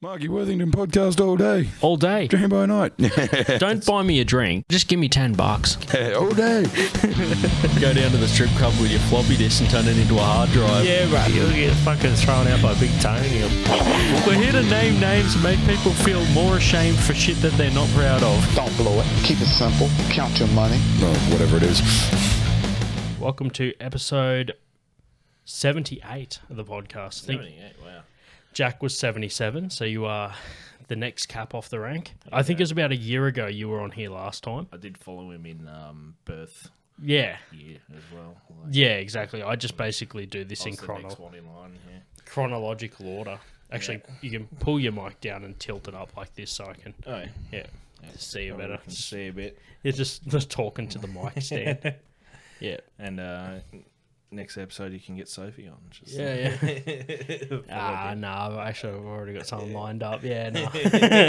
Marky Worthington podcast all day, all day. dream by night, Don't buy me a drink. Just give me ten bucks. all day. Go down to the strip club with your floppy disk and turn it into a hard drive. Yeah, right. You'll get fucking thrown out by Big Tony. We're here to name names and make people feel more ashamed for shit that they're not proud of. Don't blow it. Keep it simple. Count your money. No, whatever it is. Welcome to episode 78 of the podcast. I think wow. Jack was 77, so you are the next cap off the rank. I think it was about a year ago you were on here last time. I did follow him in um, birth Yeah. year as well. Like, Yeah, exactly. I just basically do this in I was the next chrono- one in line. Yeah. chronological order. Actually, you can pull your mic down and tilt it up like this so I can Oh, yeah, see you better. better. Can see a bit. You're just, just talking to the mic stand. yeah. And uh, next episode, you can get Sophie on. Just Yeah, yeah. ah, no, I've actually I've already got something lined up. Yeah, no.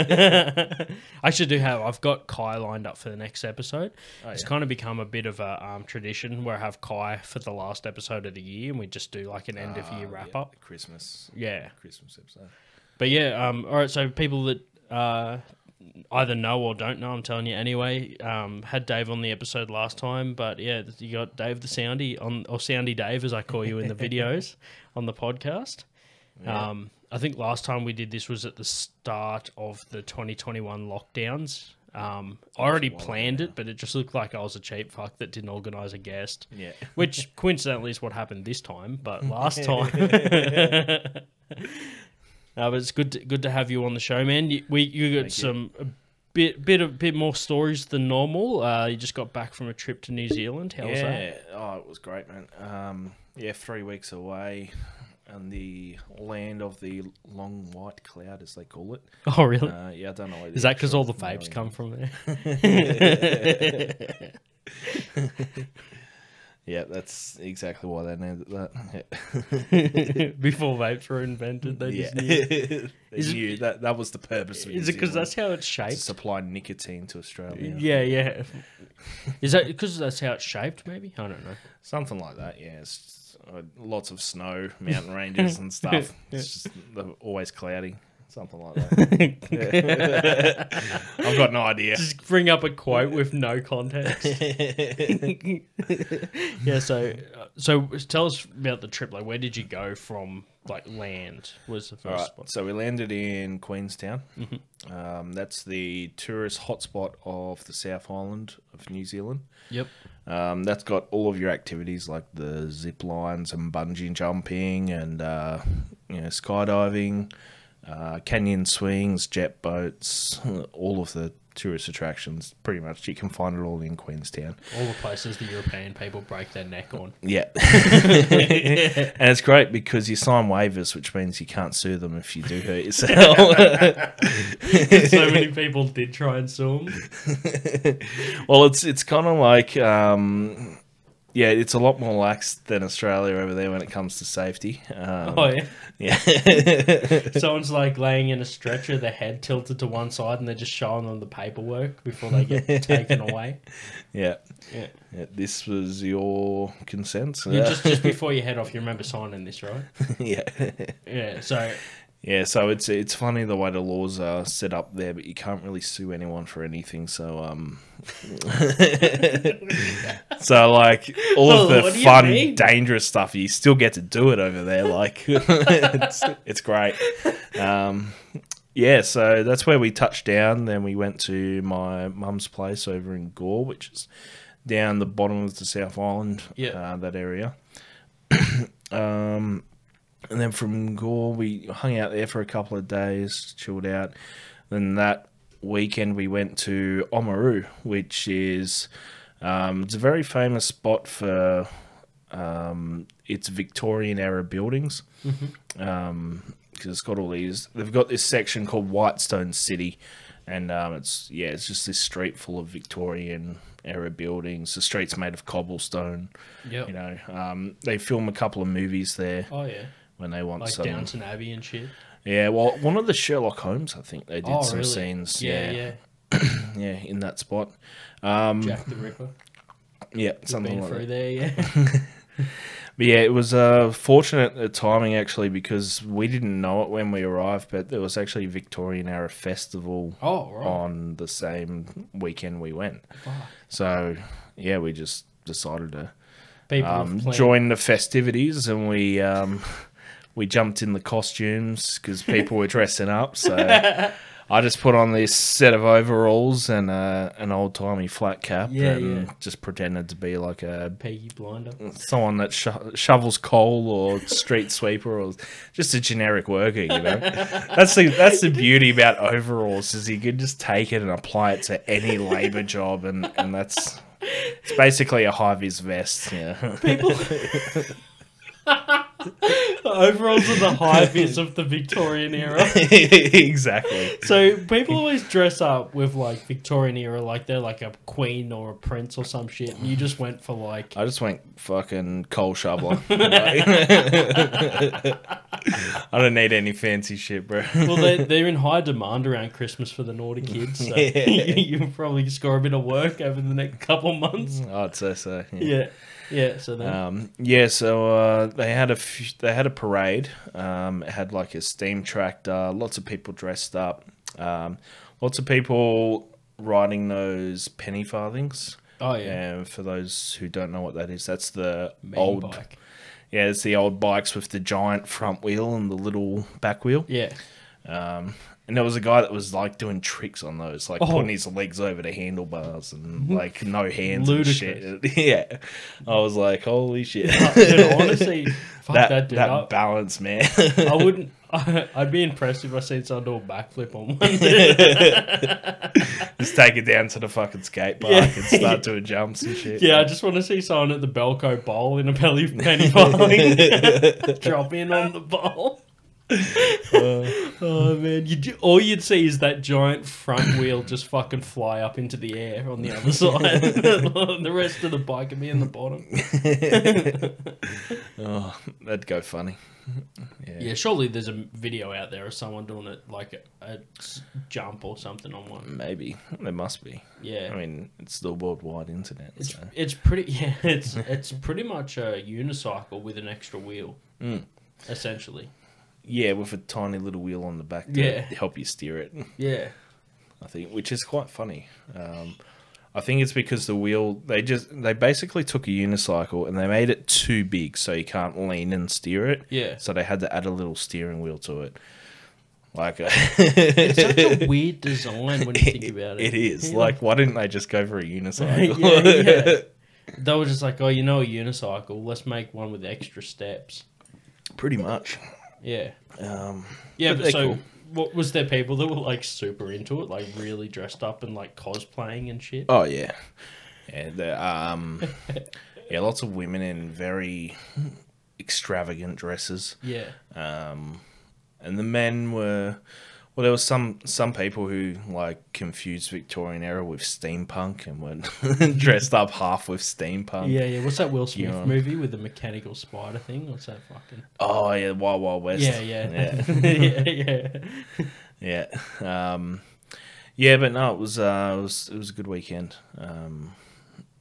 I actually do have, I've got Kai lined up for the next episode. it's kind of become a bit of a um, tradition where I have Kai for the last episode of the year and we just do like an end of year wrap up. uh, Christmas. Yeah. Christmas episode. But yeah, um, all right. So people that uh, either know or don't know, I'm telling you anyway. Um, had Dave on the episode last time, but yeah, you got Dave the Soundy on, or Soundy Dave as I call you in the videos on the podcast. Um, I think last time we did this was at the start of the 2021 lockdowns. Um, I already planned it, but it just looked like I was a cheap fuck that didn't organise a guest. Yeah. Which coincidentally is what happened this time, but last time. Uh, but it's good to, good to have you on the show, man. You, we you got some a bit bit a bit more stories than normal. Uh, you just got back from a trip to New Zealand. How was that? yeah. Oh, it was great, man. Um, yeah, three weeks away on the land of the long white cloud, as they call it. Oh, really? Uh, yeah, I don't know. where Is that because all the actual vapes name- come from there? Yeah, that's exactly why they named it that. Yeah. Before vapes were invented, they just knew. Yeah. they it- knew that that was the purpose. Of Is it because that's how it's shaped? to supply nicotine to Australia? yeah, yeah. Is that because that's how it's shaped? Maybe I don't know. something like that. Yeah, it's, uh, lots of snow, mountain ranges, and stuff. It's just they're always cloudy. Something like that. Yeah. I've got no idea. Just bring up a quote with no context. yeah, so uh, so tell us about the trip. Like, where did you go from? Like, land was the All right, first spot. Mm-hmm. so we landed in Queenstown. Um, that's the tourist hotspot of the South Island of New Zealand. Yep. Um, that's got all of your activities like the zip lines and bungee jumping and uh, you know skydiving, uh, canyon swings, jet boats, all of the tourist attractions. Pretty much, you can find it all in Queenstown. All the places the European people break their neck on. Yeah, and it's great because you sign waivers, which means you can't sue them if you do hurt yourself. so many people did try and sue them. well, it's it's kind of like. Um, yeah, it's a lot more lax than Australia over there when it comes to safety. Um, Oh, yeah. yeah. Someone's like laying in a stretcher, their head tilted to one side, and they're just showing them the paperwork before they get taken away. Yeah. Yeah. Yeah, This was your consent. You just, just before you head off, you remember signing this, right? yeah. Yeah, so Yeah, so it's it's funny the way the laws are set up there, but you can't really sue anyone for anything. So um, so like all Well, of the what do you fun, mean? dangerous stuff, you still get to do it over there. Like it's it's great. Um, yeah, so that's where we touched down. Then we went to my mum's place over in Gore, which is down the bottom of the South Island. Yeah. uh, that area. um. And then from Gore, we hung out there for a couple of days, chilled out. Then that weekend, we went to Oamaru, which is um, it's a very famous spot for um, its Victorian era buildings. Um, because it's got all these, they've got this section called Whitestone City, and um, it's yeah, it's just this street full of Victorian era buildings. The street's made of cobblestone. Yep. You know, um, they film a couple of movies there oh yeah, when they want like some. Downton Abbey and shit. Yeah, well, one of the Sherlock Holmes, I think they did oh some really? scenes. Yeah, Yeah, Um, yeah. yeah, in that spot. Jack the Ripper. Yeah, Been something like through that. there, yeah. But yeah, it was uh, fortunate uh, timing actually because we didn't know it when we arrived, but there was actually Victorian Era Festival Oh, right. on the same weekend we went. So yeah, we just decided to Oh, People um, have planned- join the festivities and we um, we jumped in the costumes because people were dressing up. So I just put on this set of overalls and uh, an old timey flat cap Yeah, and yeah. just pretended to be like a Peggy Blinder. someone that sho- shovels coal or street sweeper or just a generic worker. You know, that's the that's the beauty about overalls is you can just take it and apply it to any labor job, and and that's. It's basically a high vis vest, yeah. The overalls are the high vis of the Victorian era. exactly. So people always dress up with like Victorian era, like they're like a queen or a prince or some shit, and you just went for like I just went fucking coal shoveler. I don't need any fancy shit, bro. well, they're, they're in high demand around Christmas for the naughty kids. So you, will probably score a bit of work over the next couple months. I'd say Oh, so. Yeah, yeah. So then, Mm. Um, yeah, so uh, they had a f- they had a parade. Um, it had like a steam tractor, lots of people dressed up, um, lots of people riding those penny farthings. oh yeah, And for those who don't know what that is, that's the Mountain old bike. yeah, it's the old bikes with the giant front wheel and the little back wheel. Yeah, Um, and there was a guy that was like doing tricks on those, like Oh. putting his legs over the handlebars and like no hands and Ludicrous. shit. yeah, I was like, holy shit, Dude, honestly, fuck that, that that, dude. I, balance, man. I wouldn't. I, I'd be impressed if I seen someone do a backflip on one. Just take it down to the fucking skate park Yeah. and start doing jumps and shit. Yeah, I just want to see someone at the Belco Bowl in a belly penny farthing drop in on the bowl. Uh. oh man, you do, all you'd see is that giant front wheel just fucking fly up into the air on the other side. the rest of the bike would be in the bottom. oh, that'd go funny. Yeah, surely there's a video out there of someone doing it like a, a s- jump or something on one. Maybe there must be. Yeah. I mean, it's the worldwide internet. It's, So. it's pretty yeah it's it's pretty much a unicycle with an extra wheel Mm. essentially Yeah, with a tiny little wheel on the back to Yeah. help you steer it. yeah I think, which is quite funny. Um, I think it's because the wheel they just they basically took a unicycle and they made it too big so you can't lean and steer it. Yeah. So they had to add a little steering wheel to it. Like uh, It's such a weird design when you think about it. it is. Like why didn't they just go for a unicycle? yeah, yeah. They were just like, oh, you know, a unicycle. Let's make one with extra steps. Pretty much. Yeah, Um, yeah. But But they're so, cool. what was there people that were like super into it, like really dressed up and like cosplaying and shit? oh yeah. Yeah, the, um, yeah, lots of women in very extravagant dresses. Yeah, um, and the men were well there was some some people who like confused victorian era with steampunk and were dressed up half with steampunk yeah, yeah. What's that Will Smith Um, Yeah. movie with the mechanical spider thing? What's that fucking? oh yeah wild wild west Yeah, yeah, yeah yeah, yeah. yeah um yeah but no it was uh it was it was a good weekend um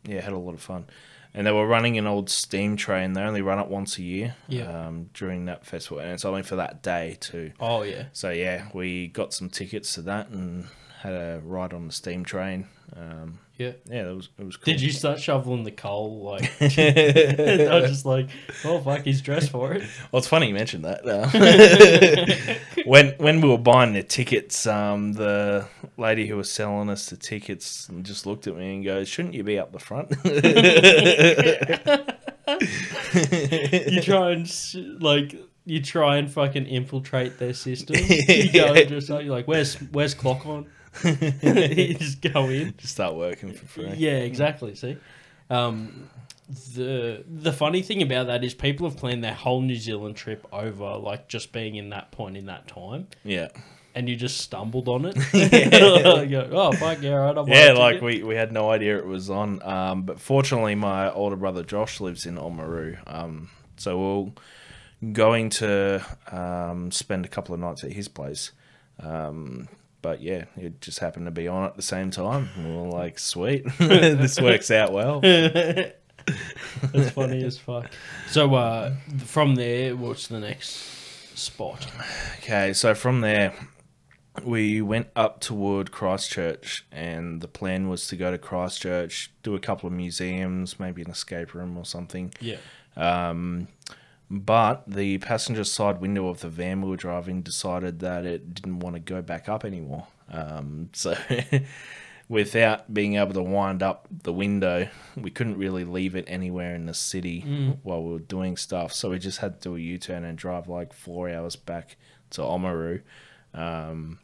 yeah had a lot of fun and they were running an old steam train they only run it once a year Yeah. um during that festival and it's only for that day too Oh yeah. So yeah, we got some tickets to that and had a ride on the steam train. Um, Yeah. yeah, that was it was cool. Did you start shoveling the coal? Like, I was just like, "Oh fuck, he's dressed for it." Well, it's funny you mentioned that. uh, when when we were buying the tickets, um, the lady who was selling us the tickets just looked at me and goes, "Shouldn't you be up the front?" you try and s- like you try and fucking infiltrate their system. You go and just like, you're like where's where's clock on? you just go in. Just start working for free. Yeah, exactly. See, um, the the funny thing about that is people have planned their whole New Zealand trip over like just being in that point in that time, yeah. and you just stumbled on it. You go, oh fuck yeah, right. I'm Yeah, like we, we had no idea it was on. Um, but fortunately, my older brother Josh lives in Oamaru. Um, so we're going to um, spend a couple of nights at his place. Um, but yeah, it just happened to be on at the same time. We were like, sweet, this works out well. That's funny as fuck. So uh, from there, what's the next spot? Okay, so from there, we went up toward Christchurch, and the plan was to go to Christchurch, do a couple of museums, maybe an escape room or something. Yeah. But the passenger side window of the van we were driving decided that it didn't want to go back up anymore. Um, so, without being able to wind up the window, we couldn't really leave it anywhere in the city Mm. while we were doing stuff. So, we just had to do a U turn and drive like four hours back to Oamaru. Um,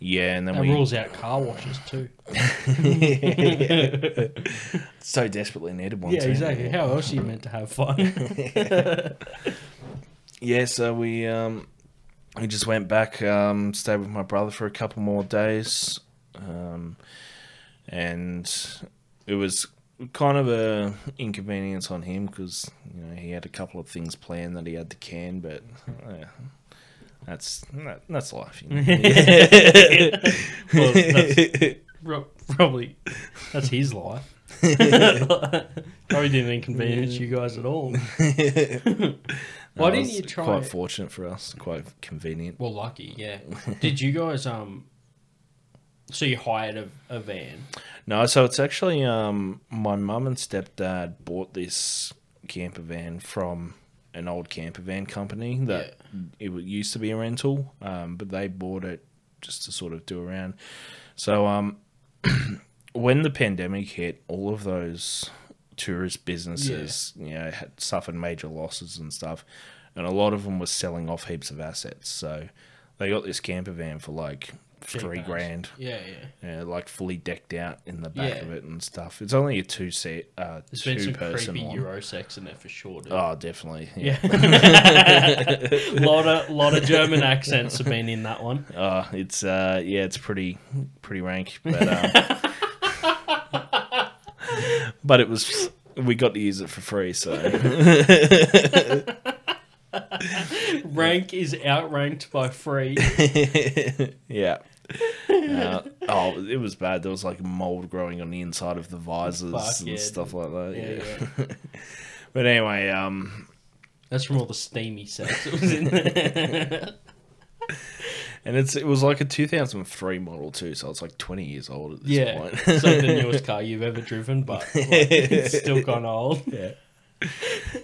yeah, and then That we rules out car washes too. so desperately needed one. Yeah, too. exactly. How else are you meant to have fun? yeah, so we um we just went back, um, stayed with my brother for a couple more days, um, and it was kind of a inconvenience on him because you know he had a couple of things planned that he had to can, but uh, that's that, that's life. You know? well, that's prob- probably that's his life. probably didn't inconvenience you guys at all. Why That didn't was you try? Quite it? fortunate for us, quite convenient. well, lucky, yeah. Did you guys um? So you hired a, a van? No, so it's actually um my mum and stepdad bought this camper van from an old camper van company that it wa- used to be a rental, um, but they bought it just to sort of do around. So um when the pandemic hit, all of those tourist businesses, you know, had suffered major losses and stuff, and a lot of them were selling off heaps of assets. So they got this camper van for like three ass. grand Yeah, yeah. yeah, like fully decked out in the back Yeah. of it and stuff. It's only a two seat, uh, There's been two some person creepy one. Eurosex in there for sure. Dude. Oh, definitely. Yeah. lot of lot of German accents have been in that one. Oh, it's uh, yeah, it's pretty, pretty rank. But um, but it was we got to use it for free, so Rank is outranked by free. yeah. Uh, oh, it was bad. There was like mold growing on the inside of the visors Fuck, and yeah, stuff like that. Yeah, Yeah. yeah. But anyway, um, That's from all the steamy sex that was in there. And it's it was like a 2003 model too, so it's like 20 years old at this yeah, point. it's like the newest car you've ever driven, but like, it's still gone old. yeah.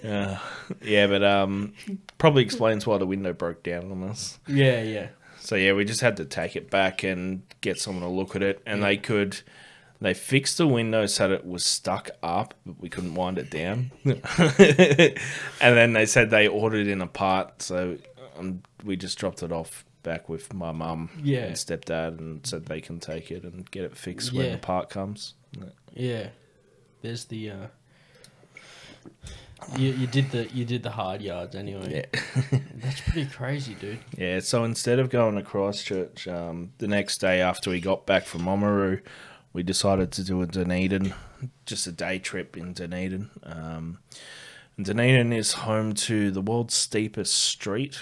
Uh, yeah, but um, probably explains why the window broke down on us. Yeah, yeah. So yeah, we just had to take it back and get someone to look at it, and they could. They fixed the window so that it was stuck up, but we couldn't wind it down. and then they said they ordered in a part, so um, we just dropped it off back with my mum Yeah. and stepdad, and said they can take it and get it fixed when Yeah. the part comes. Yeah. There's the uh you, you did the you did the hard yards anyway. Yeah. That's pretty crazy, dude. Yeah, so instead of going to Christchurch, um, the next day after we got back from Oamaru, we decided to do a Dunedin, just a day trip in Dunedin. Um, Dunedin is home to the world's steepest street,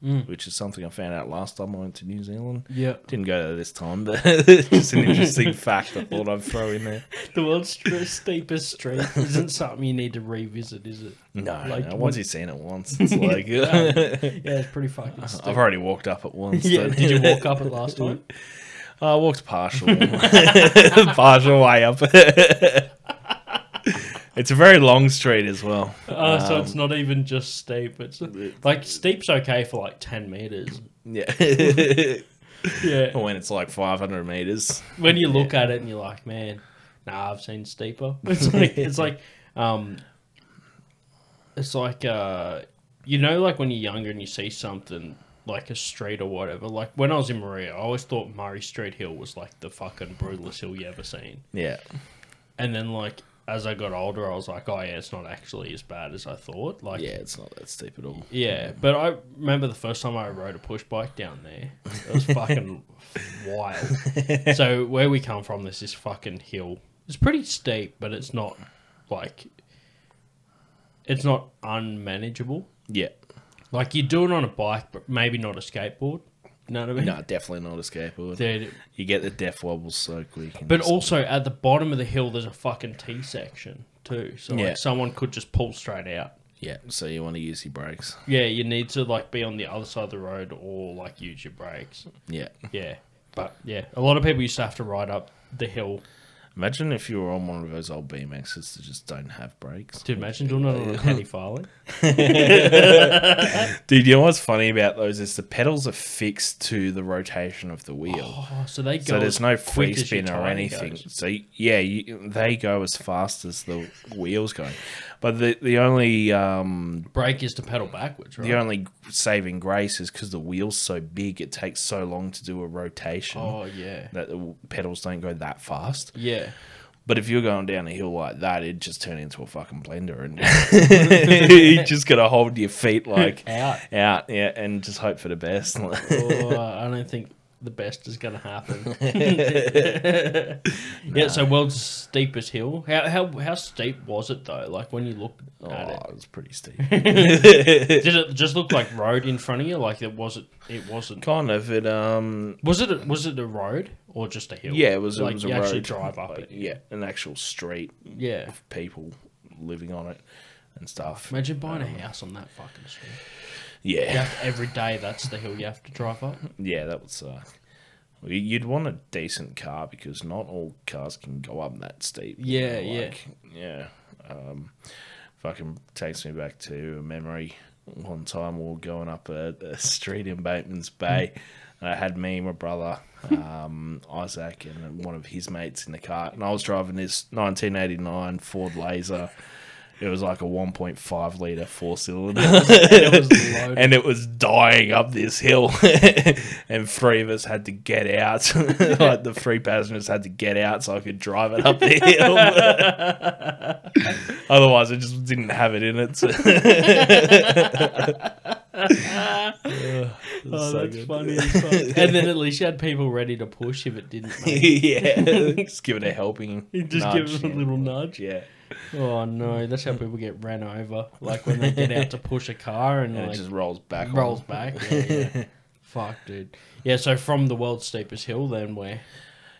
Mm. which is something I found out last time I went to New Zealand. Yeah. Didn't go there this time, but it's an interesting fact I thought I'd throw in there. The world's st- steepest street isn't something you need to revisit, is it? No, Like, no, once when- you've seen it once, it's like Yeah, it's pretty fucking steep. I've already walked up it once. Yeah, so- did you walk up it last time? I walked Uh, partial, partial way up. it's a very long street as well. Oh, so it's not even just steep. It's like steep's okay for like ten meters. Yeah, Yeah. when it's like 500 meters. When you look at it and you're like, man, nah, I've seen steeper. It's like it's like um, it's like uh, you know, like when you're younger and you see something like a street or whatever. Like when I was in Maria, I always thought Murray Street Hill was like the fucking brutalest hill you ever seen. Yeah, And then like as I got older, I was like, oh yeah, it's not actually as bad as I thought. Like yeah, it's not that steep at all. Yeah, but I remember the first time I rode a push bike down there. It was fucking wild. So where we come from, there's this fucking hill. It's pretty steep, but it's not like it's not unmanageable. Yeah, Like you do it on a bike, but maybe not a skateboard. You know what I mean? no, definitely not a skateboard. Dude, You get the death wobbles so quick. and but just- also at the bottom of the hill, there's a fucking T section too. So Yeah. like someone could just pull straight out. Yeah, so you want to use your brakes. Yeah, you need to like be on the other side of the road or like use your brakes. Yeah. Yeah. But yeah, a lot of people used to have to ride up the hill. Imagine if you were on one of those old BMXs that just don't have brakes. Dude, imagine doing that on a paddy farley. Dude, you know what's funny about those is the pedals are fixed to the rotation of the wheel. Oh, so they go. so there's as no quick free as your spin or tire anything. goes. So y- yeah, you, they go as fast as the wheels go. But the the only um, Brake is to pedal backwards, right? the only saving grace is because the wheel's so big, it takes so long to do a rotation oh yeah, that the w- pedals don't go that fast. yeah. But if you're going down a hill like that, it'd just turn into a fucking blender and you just got to hold your feet like Out. out, yeah, and just hope for the best. Oh, I don't think the best is gonna happen. Yeah. So world's steepest hill. How how how steep was it though? Like when you looked oh, at it, it was pretty steep. did it just look like road in front of you? Like it wasn't. It wasn't. kind of it. Um, Was it a, was it a road or just a hill? yeah, it was. like it was you a actually road, drive up like, it. Yeah, an actual street Yeah. of people living on it and stuff. Imagine buying Um, a house on that fucking street. Yeah, You yeah, have to, every day that's the hill you have to drive up. that would suck. Well, you- You'd want a decent car because not all cars can go up that steep. you Yeah, yeah. yeah, yeah. Um, fucking takes me back to a memory. One time we were going up a, a street in Bateman's Bay, and I had me, my brother, um, Isaac, and one of his mates in the car, and I was driving this 1989 Ford Laser. It was like a 1.5 liter four cylinder. It was loaded. and it was dying up this hill and three of us had to get out like the three passengers had to get out so i could drive it up the hill otherwise i just didn't have it in it so- Oh, that's funny as fuck. and then at least you had people ready to push if it didn't. Mate. yeah just give it a helping You just give them a little nudge. yeah Oh no, that's how people get ran over. Like when they get out to push a car and and like it just rolls back on. rolls back. Yeah, yeah. Fuck, dude. Yeah, so from the world's steepest hill, then where?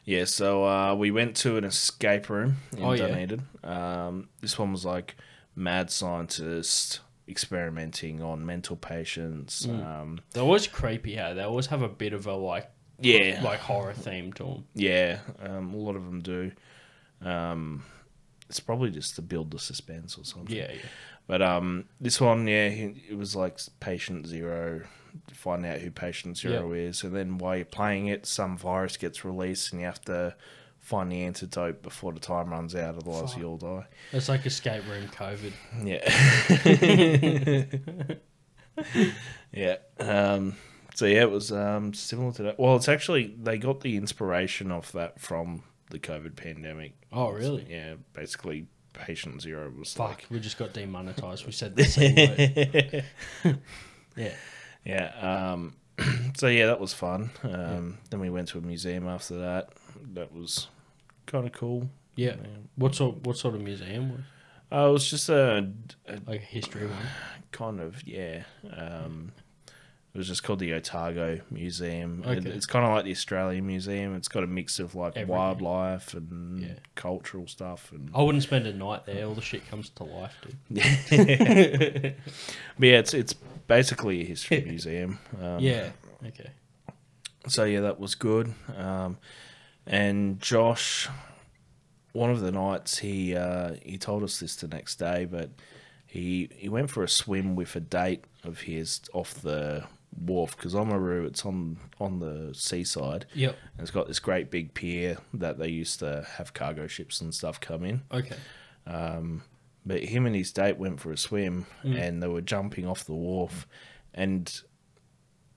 Yeah, so uh, we went to an escape room in Oh, yeah. Dunedin. Um, this one was like mad scientist experimenting on mental patients. Mm. Um, They're always creepy. How they always have a bit of a like, yeah, like horror theme to them. yeah, um, a lot of them do. Um, it's probably just to build the suspense or something. Yeah, yeah. But um, this one, yeah, he- it was like patient zero. Find out who patient zero is, and then while you're playing it, some virus gets released, and you have to find the antidote before the time runs out. Otherwise, you'll die. It's like escape room COVID. Yeah. yeah. Um, so yeah, it was um, similar to that. Well, it's actually they got the inspiration of that from the COVID pandemic. Oh, really? Yeah, basically, patient zero was Fuck, like we just got demonetized. We said the same word. yeah. yeah. Um, so yeah, that was fun. Um, Then we went to a museum after that. That was kind of cool. Yeah. What sort what sort of museum was Uh, it was just a, a like a history one? kind of yeah um it was just called the otago museum It- Okay. it's kind of like the australian museum it's got a mix of like Everything. wildlife and Yeah. cultural stuff and I wouldn't spend a night there. All the shit comes to life, dude. but yeah it's it's basically a history museum um, Yeah. Okay. so yeah that was good um and josh one of the nights he uh he told us this the next day but he he went for a swim with a date of his off the wharf because Oamaru it's on on the seaside Yep. And it's got this great big pier that they used to have cargo ships and stuff come in. Okay. But him and his date went for a swim Mm. and they were jumping off the wharf. And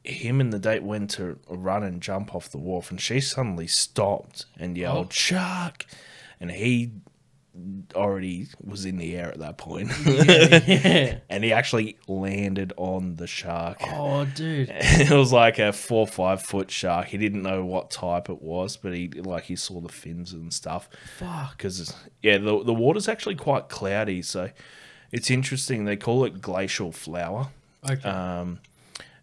him and the date went to run and jump off the wharf. And she suddenly stopped and Oh. yelled, Shark! And he already was in the air at that point. Yeah. and he actually landed on the shark. Oh, dude. it was like a four five foot shark. He didn't know what type it was, but he like he saw the fins and stuff. Fuck. Because yeah, the the water's actually quite cloudy, so it's interesting. They call it glacial flower, Okay.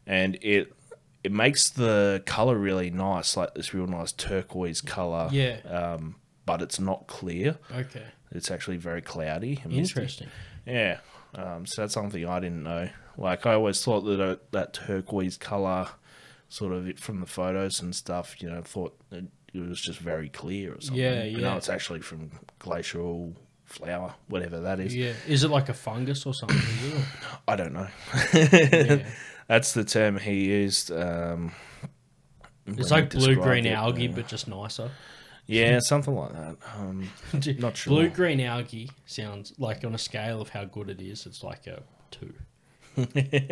and it it makes the color really nice, like this real nice turquoise color. Yeah. Um, but it's not clear. okay. It's actually very cloudy. And misty. Interesting. Yeah. Um, so that's something I didn't know. Like I always thought that uh, that turquoise color, sort of it from the photos and stuff. You know, thought it, it was just very clear or something. Yeah, But yeah. No, it's actually from glacial flower, whatever that is. Yeah. Is it like a fungus or something? is it? I don't know. That's the term he used. Um, It's when he like blue green described it. algae, Uh, but just nicer. yeah, something like that. Um, not sure. Blue green algae sounds like on a scale of how good it is, it's like a two.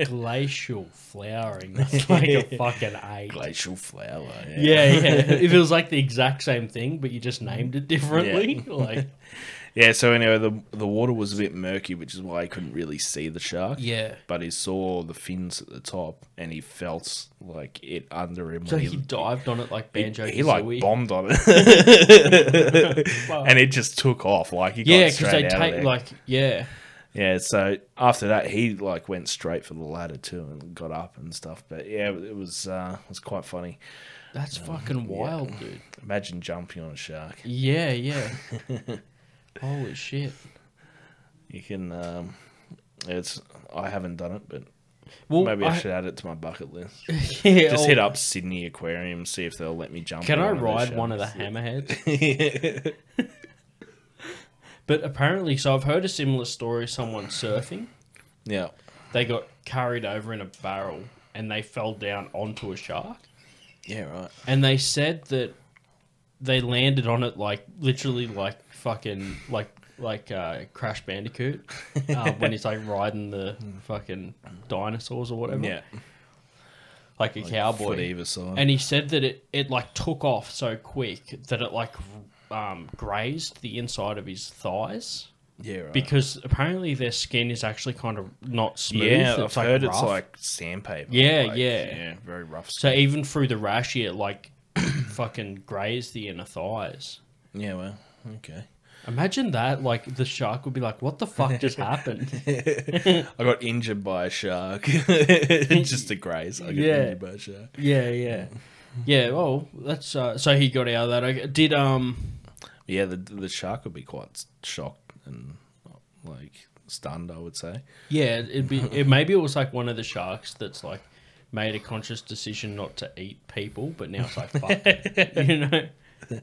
Glacial flowering. That's like a fucking eight. glacial flower. Yeah. Yeah, yeah. if it was like the exact same thing, but you just named it differently, like Yeah, so anyway, the the water was a bit murky, which is why he couldn't really see the shark. Yeah. But he saw the fins at the top and he felt like it under him. so when he dived on it like he- banjo. He, like Kazooie. bombed on it, and it just took off. Like he got yeah, because straight they out of take there. like yeah, yeah. So after that, he like went straight for the ladder too and got up and stuff. But yeah, it was uh, it was quite funny. that's Oh, fucking wild, dude. Imagine jumping on a shark. Yeah, yeah. Holy shit. You can. Um, it's I haven't done it, but Well, maybe I, I- should add it to my bucket list. yeah, Just oh, hit up Sydney Aquarium, see if they'll let me jump. Can on I of their ride one of the sharks. hammerheads? But apparently, so I've heard a similar story. of Someone surfing, yeah. they got carried over in a barrel and they fell down onto a shark. Yeah, right. And they said that they landed on it like literally like fucking like like uh, Crash Bandicoot uh, when he's like riding the fucking dinosaurs or whatever. Yeah. like a Foot cowboy. either side. And he said that it, it like took off so quick that it like um, grazed the inside of his thighs yeah, right. because apparently their skin is actually kind of not smooth. yeah, it's I've like heard it's rough. like sandpaper. Yeah, like, yeah. yeah. Very rough. so. Skin. Even through the rash, it like fucking grazed the inner thighs. yeah, well, okay. Imagine that! Like the shark would be like, "What the fuck just happened?" I got injured by a shark. Just a graze. I got Yeah. injured by a shark. yeah, yeah, yeah. Well, that's uh, so he got out of that. Okay. Did um Yeah, the the shark would be quite shocked and like stunned. I would say. Yeah, it'd be it maybe it was like one of the sharks that's like made a conscious decision not to eat people, but now it's like fuck it. You know?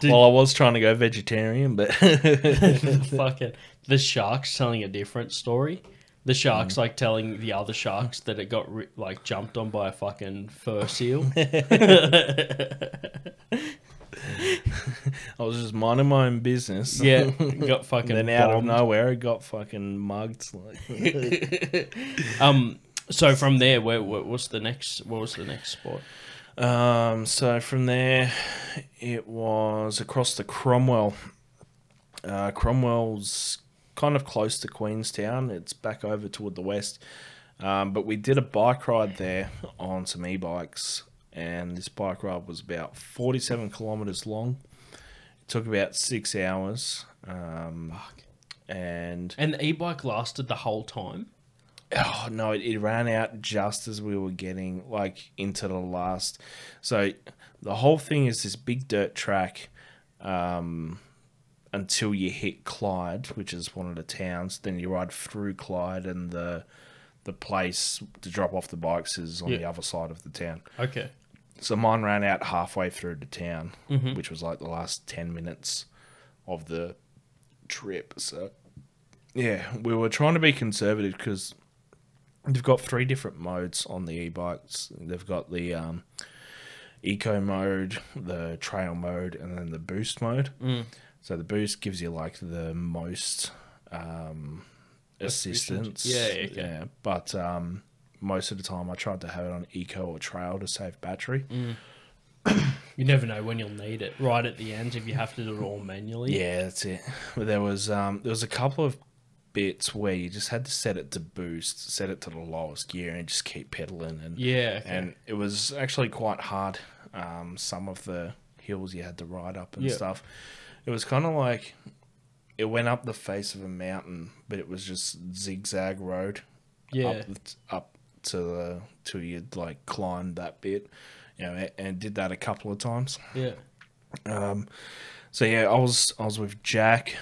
Did- well, I was trying to go vegetarian, but fuck it. The shark's telling a different story. The shark's Mm. like telling the other sharks that it got ri like jumped on by a fucking fur seal. I was just minding my own business. yeah, got fucking then out of bombed. nowhere, it got fucking mugged. Like, Um so from there where, where what's the next what was the next spot? um, so from there, it was across the Cromwell. Uh, Cromwell's kind of close to Queenstown. It's back over toward the west. Um, but we did a bike ride there on some e-bikes, and this bike ride was about forty-seven kilometers long. It took about six hours. Um, And And the e bike lasted the whole time. Oh no, it, it ran out just as we were getting like into the last. So the whole thing is this big dirt track um, until you hit Clyde, which is one of the towns. Then you ride through Clyde, and the the place to drop off the bikes is on the Yeah. other side of the town. Okay. So mine ran out halfway through the town, Mm-hmm. which was like the last 10 minutes of the trip. So, yeah, we were trying to be conservative because they've got three different modes on the e bikes. They've got the um, eco mode, the trail mode, and then the boost mode. Mm. So, the boost gives you like the most um, assistance. Yeah, yeah, okay. yeah. But um, most of the time, I tried to have it on eco or trail to save battery. Mm. You never know when you'll need it. Right at the end, if you have to do it all manually. Yeah, that's it. But there was um there was a couple of bits where you just had to set it to boost, set it to the lowest gear, and just keep pedaling. And Yeah, okay. and it was actually quite hard. Um, some of the hills you had to ride up and Yeah. stuff. It was kind of like it went up the face of a mountain, but it was just zigzag road. Yeah. up, up to the till you'd like climbed that bit. You know, and- and did that a couple of times Yeah. Um, so yeah, I was I was with Jack,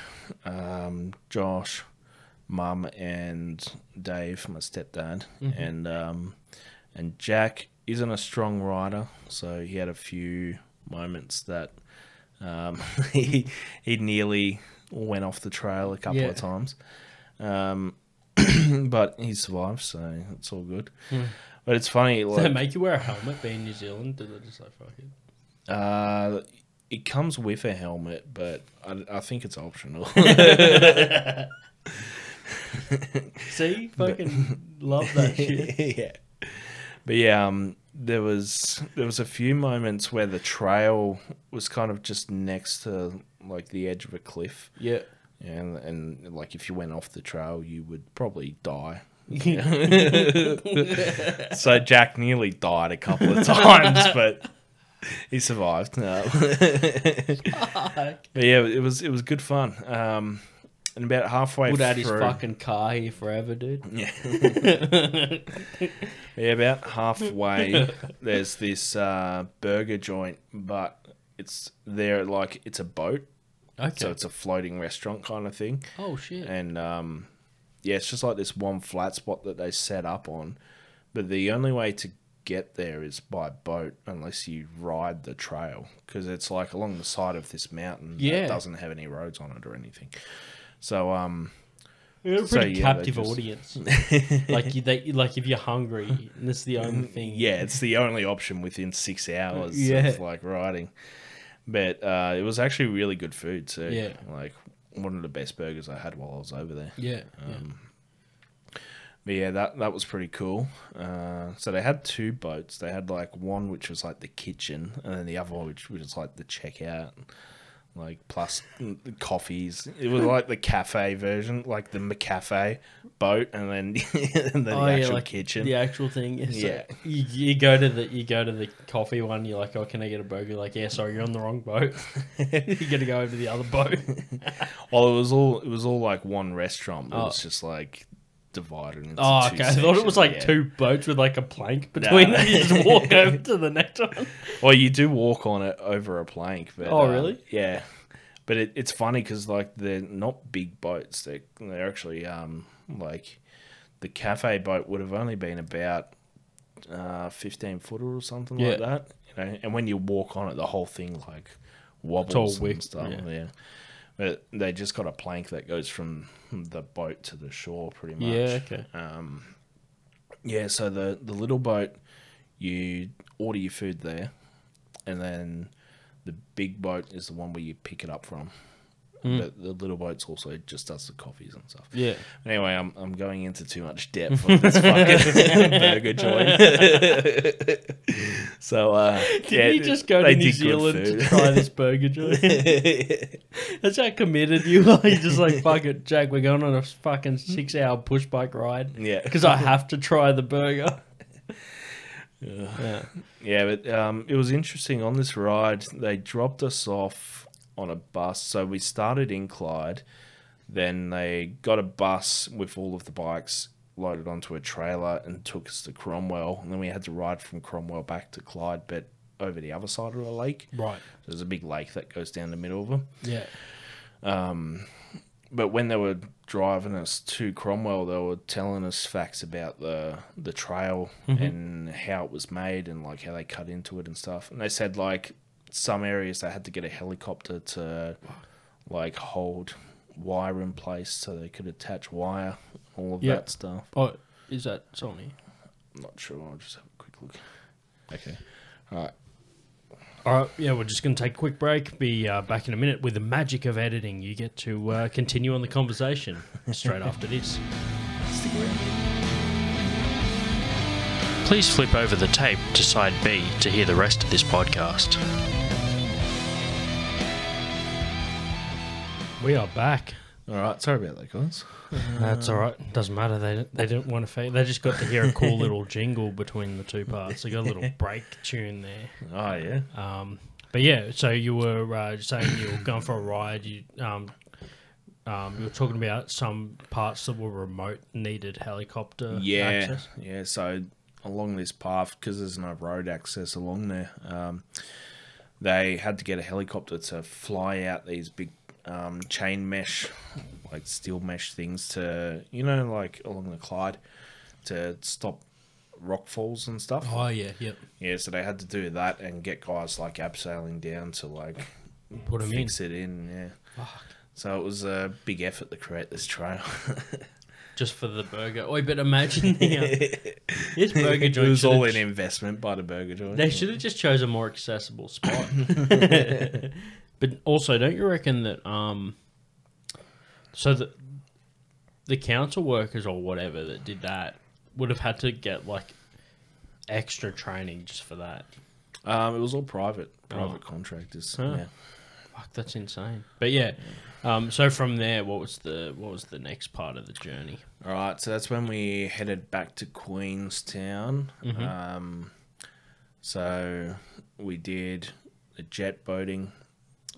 um, Josh, Mum, and Dave, my stepdad, and um, and Jack isn't a strong rider, so he had a few moments that um, he he nearly went off the trail a couple Yeah. of times. Um, but he survived, so it's all good. But it's funny, They like make you wear a helmet being New Zealand. Did they just like fuck it? uh, it comes with a helmet, but I, I think it's optional. See, fucking love that shit. yeah. But yeah, um, there was there was a few moments where the trail was kind of just next to like the edge of a cliff, Yeah. and and like if you went off the trail, you would probably die. so Jack nearly died a couple of times, but he survived. No. but yeah, it was it was good fun. Um, and about halfway Would add through, his fucking car here forever, dude. Yeah, about halfway, there's this uh, burger joint, but it's there like it's a boat, Okay. so it's a floating restaurant kind of thing, oh shit. and um, yeah, it's just like this one flat spot that they set up on, but the only way to get there is by boat unless you ride the trail because it's like along the side of this mountain Yeah. that doesn't have any roads on it or anything. So um, You're a So, pretty yeah, they captive just- audience. like you, they, like if you're hungry, that's the only thing. yeah, it's the only option within six hours Yeah. of like riding. But uh, it was actually really good food too. Yeah. Like one of the best burgers I had while I was over there. Yeah. Um, But yeah, that that was pretty cool. Uh, so they had two boats. They had like one which was like the kitchen, and then the other one which which was like the checkout, like plus mm, coffees. It was like the cafe version, like the McCafe boat, and then and then the actual kitchen. Oh, The actual thing. Is yeah. Yeah. you, you go to the you go to the coffee one. You're like, oh, can I get a burger? You're like, yeah, sorry, you're on the wrong boat. you got to go over the other boat. Well, it was all it was all like one restaurant. But It Oh. was just like divided into oh, two okay. I thought it sections, was like yeah. two boats with like a plank between them. You just walk over to the next one. Well, you do walk on it over a plank, but Oh, uh, really? yeah. But it, it's funny because like they're not big boats. They they're actually um like the cafe boat would have only been about uh fifteen footer or something Yeah. like that. You know, and when you walk on it, the whole thing like all wobbles wick- and stuff. yeah. Yeah. But they just got a plank that goes from the boat to the shore, pretty much. Yeah. Okay. Yeah, so the the little boat, you order your food there, and then the big boat is the one where you pick it up from. But the little boat's also just does the coffees and stuff. Hmm. Yeah. Anyway, I'm I'm going into too much depth on this fucking burger joint. so uh, Did yeah, you just go to they New did good Zealand to food. try this burger joint? That's how committed you are. You're just like, fuck it, Jack, we're going on a fucking six hour push bike ride. Yeah. Because I have to try the burger. Yeah, but um, it was interesting on this ride. They dropped us off on a bus, so we started in Clyde. Then they got a bus with all of the bikes loaded onto a trailer and took us to Cromwell. And then we had to ride from Cromwell back to Clyde, but over the other side of the lake. Right. There's a big lake that goes down the middle of them Yeah. but when they were driving us to Cromwell, they were telling us facts about the the trail and how it was made and like how they cut into it and stuff. And they said like some areas they had to get a helicopter to like hold wire in place so they could attach wire, all of Yeah. that stuff. Oh, is that Sony? I'm not sure. I'll just have a quick look. Okay. All right. Yeah, we're just going to take a quick break. Be uh, back in a minute with the magic of editing. You get to uh, continue on the conversation straight after this. Please flip over the tape to side B to hear the rest of this podcast. We are back. All right. Sorry about that, guys. That's all right. Doesn't matter. They they didn't want to. Fa- they just got to hear a cool little jingle between the two parts. They got a little break tune there. Oh yeah. Um, but yeah, so you were uh, saying you were going for a ride. You um, um, you were talking about some parts that were remote needed helicopter yeah, access. Yeah, so along this path, because there's no road access along there, um, they had to get a helicopter to fly out these big um, chain mesh, like steel mesh things to, you know, like along the Clyde to stop rock falls and stuff. Oh yeah, yep. Yeah, so they had to do that and get guys like abseiling down to like Put them in. fix it in. Yeah. So it was a big effort to create this trail. just for the burger. Oi, but imagine the, uh, this burger it joint. was all in should've- investment by the burger joint. They should have just chose a more accessible spot. but also, don't you reckon that um, so the the council workers or whatever that did that would have had to get like extra training just for that. Um, it was all private, private Oh. contractors. Huh. Yeah. Fuck, that's insane. But yeah, um, so from there, what was the what was the next part of the journey? All right, so that's when we headed back to Queenstown. Mm-hmm. Um, so we did the jet boating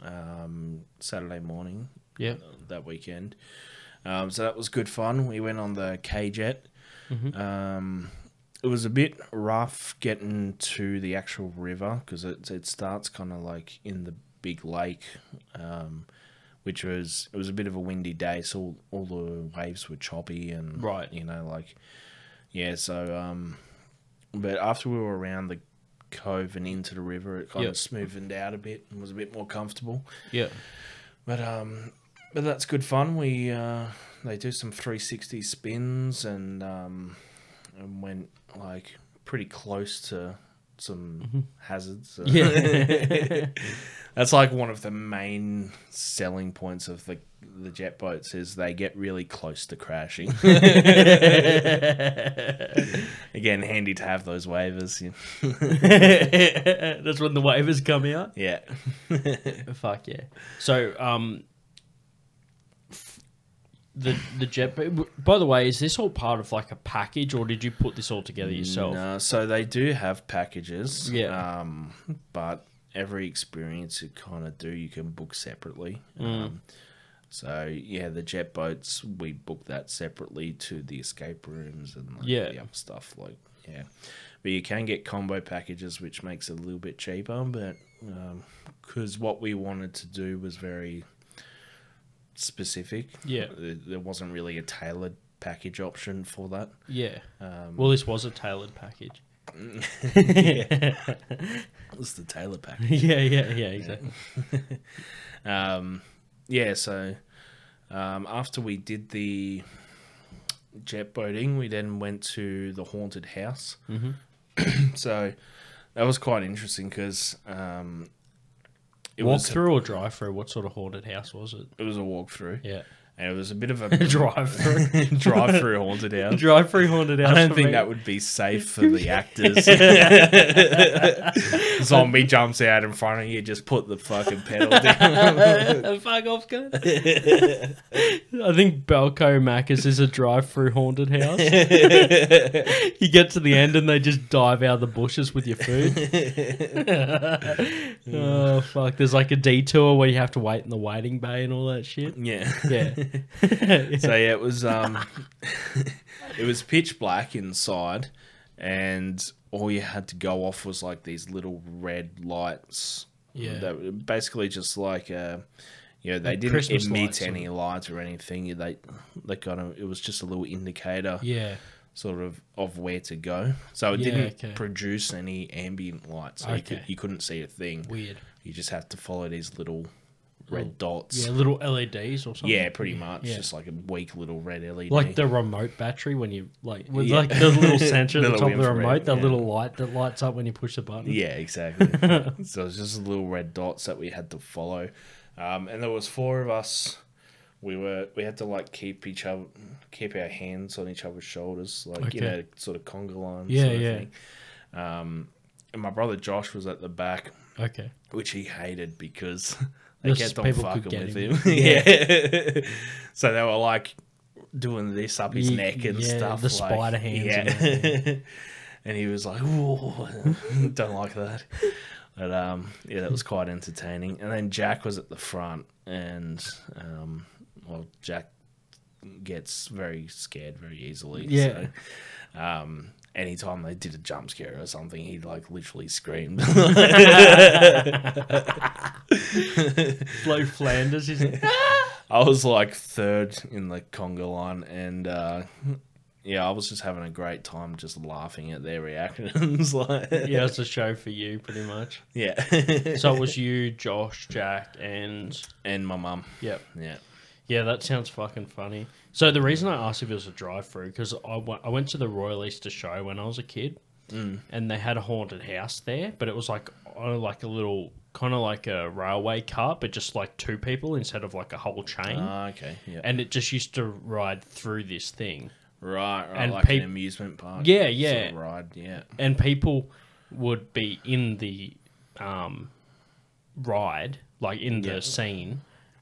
um, Saturday morning Yeah, that weekend. Um, so that was good fun. We went on the K Jet. Um, it was a bit rough getting to the actual river because it, it starts kind of like in the big lake, um, which was it was a bit of a windy day, so all, all the waves were choppy and Right. you know, like yeah. So, um, but after we were around the cove and into the river, it kind Yep. of smoothened out a bit and was a bit more comfortable. yeah, But um, but that's good fun. We uh, they do some 360 spins and um, and went like pretty close to some hazards. Uh, Yeah. that's like one of the main selling points of the the jet boats is they get really close to crashing. Again, handy to have those waivers. you know. that's when the waivers come out. Yeah. Fuck yeah. So, um, f- the the jet. bo- By the way, is this all part of like a package, or did you put this all together yourself? No, so they do have packages. Yeah. Um, but every experience you kind of do, you can book separately. Mm. Um, so yeah, the jet boats we book that separately to the escape rooms and like, Yeah. the other stuff like yeah. But you can get combo packages, which makes it a little bit cheaper. But because what we wanted to do was very specific, Yeah. There- there wasn't really a tailored package option for that. Yeah. well, this was a tailored package. It was the tailor package. yeah, yeah, yeah, exactly. um, yeah, so um, after we did the jet boating, we then went to the haunted house. Mm-hmm. so that was quite interesting because um, it Walk was through or drive through? What sort of haunted house was it? it was a walkthrough, Yeah, and it was a bit of a drive through. drive through haunted house. drive through haunted house. I don't for think me. that would be safe for the actors. Zombie jumps out in front of you, just put the fucking pedal down. Fuck off, guys. I think Belco Macus is a drive-through haunted house. you get to the end and they just dive out of the bushes with your food. oh fuck! There's like a detour where you have to wait in the waiting bay and all that shit. Yeah. Yeah. So yeah, it was um, it was pitch black inside, and all you had to go off was like these little red lights. Yeah. that were basically just like uh, you know, they Like didn't Christmas emit lights, sort any lights or anything. They they kind of it was just a little indicator, yeah. sort of of where to go. So it Yeah, didn't okay. produce any ambient light, so you, could, Okay. you couldn't see a thing. Weird. You just had to follow these little Little- red dots. Yeah, Yeah. little LEDs or something. pretty much. Yeah. Just like a weak little red E LED. Like the remote battery when you like with Yeah. like the little sensor at the Little top of the infrared, remote, that yeah. little light that lights up when you push the button. Yeah, exactly. so it's just little red dots that we had to follow, um, and there was four of us. We were we had to like keep each other, keep our hands on each other's shoulders, like you Okay. know, sort of conga line. Yeah, sort of yeah. Thing. Um, and my brother Josh was at the back, Okay. which he hated because they Yes, kept on people could fucking get with him. him. yeah. so they were like doing this up his Ye- neck and yeah, stuff. the like- spider hands Yeah. and he was like, "Whoa, don't like that." But um, yeah, that was quite entertaining. And then Jack was at the front, and um, well, Jack gets very scared very easily. Yeah. So, um, anytime they did a jump scare or something, he like literally screamed. Flo Flanders is I was like third in the conga line, and uh, yeah, I was just having a great time, just laughing at their reactions. like, yeah, it's a show for you pretty much. yeah, So it was you, Josh, Jack, and and my mum. yep. Yeah, Yeah, that sounds fucking funny. So the reason I asked if it was a drive-through because I went, I went to the Royal Easter Show when I was a kid, and they had a haunted house there, but it was like on like a little kind of like a railway car, but just like two people instead of like a whole chain, Ah, okay, yeah, and it just used to ride through this thing, right, right, and like peop- an amusement park. Yeah, sort of yeah. ride, yeah, and people would be in the um, ride, like in the Yeah. scene,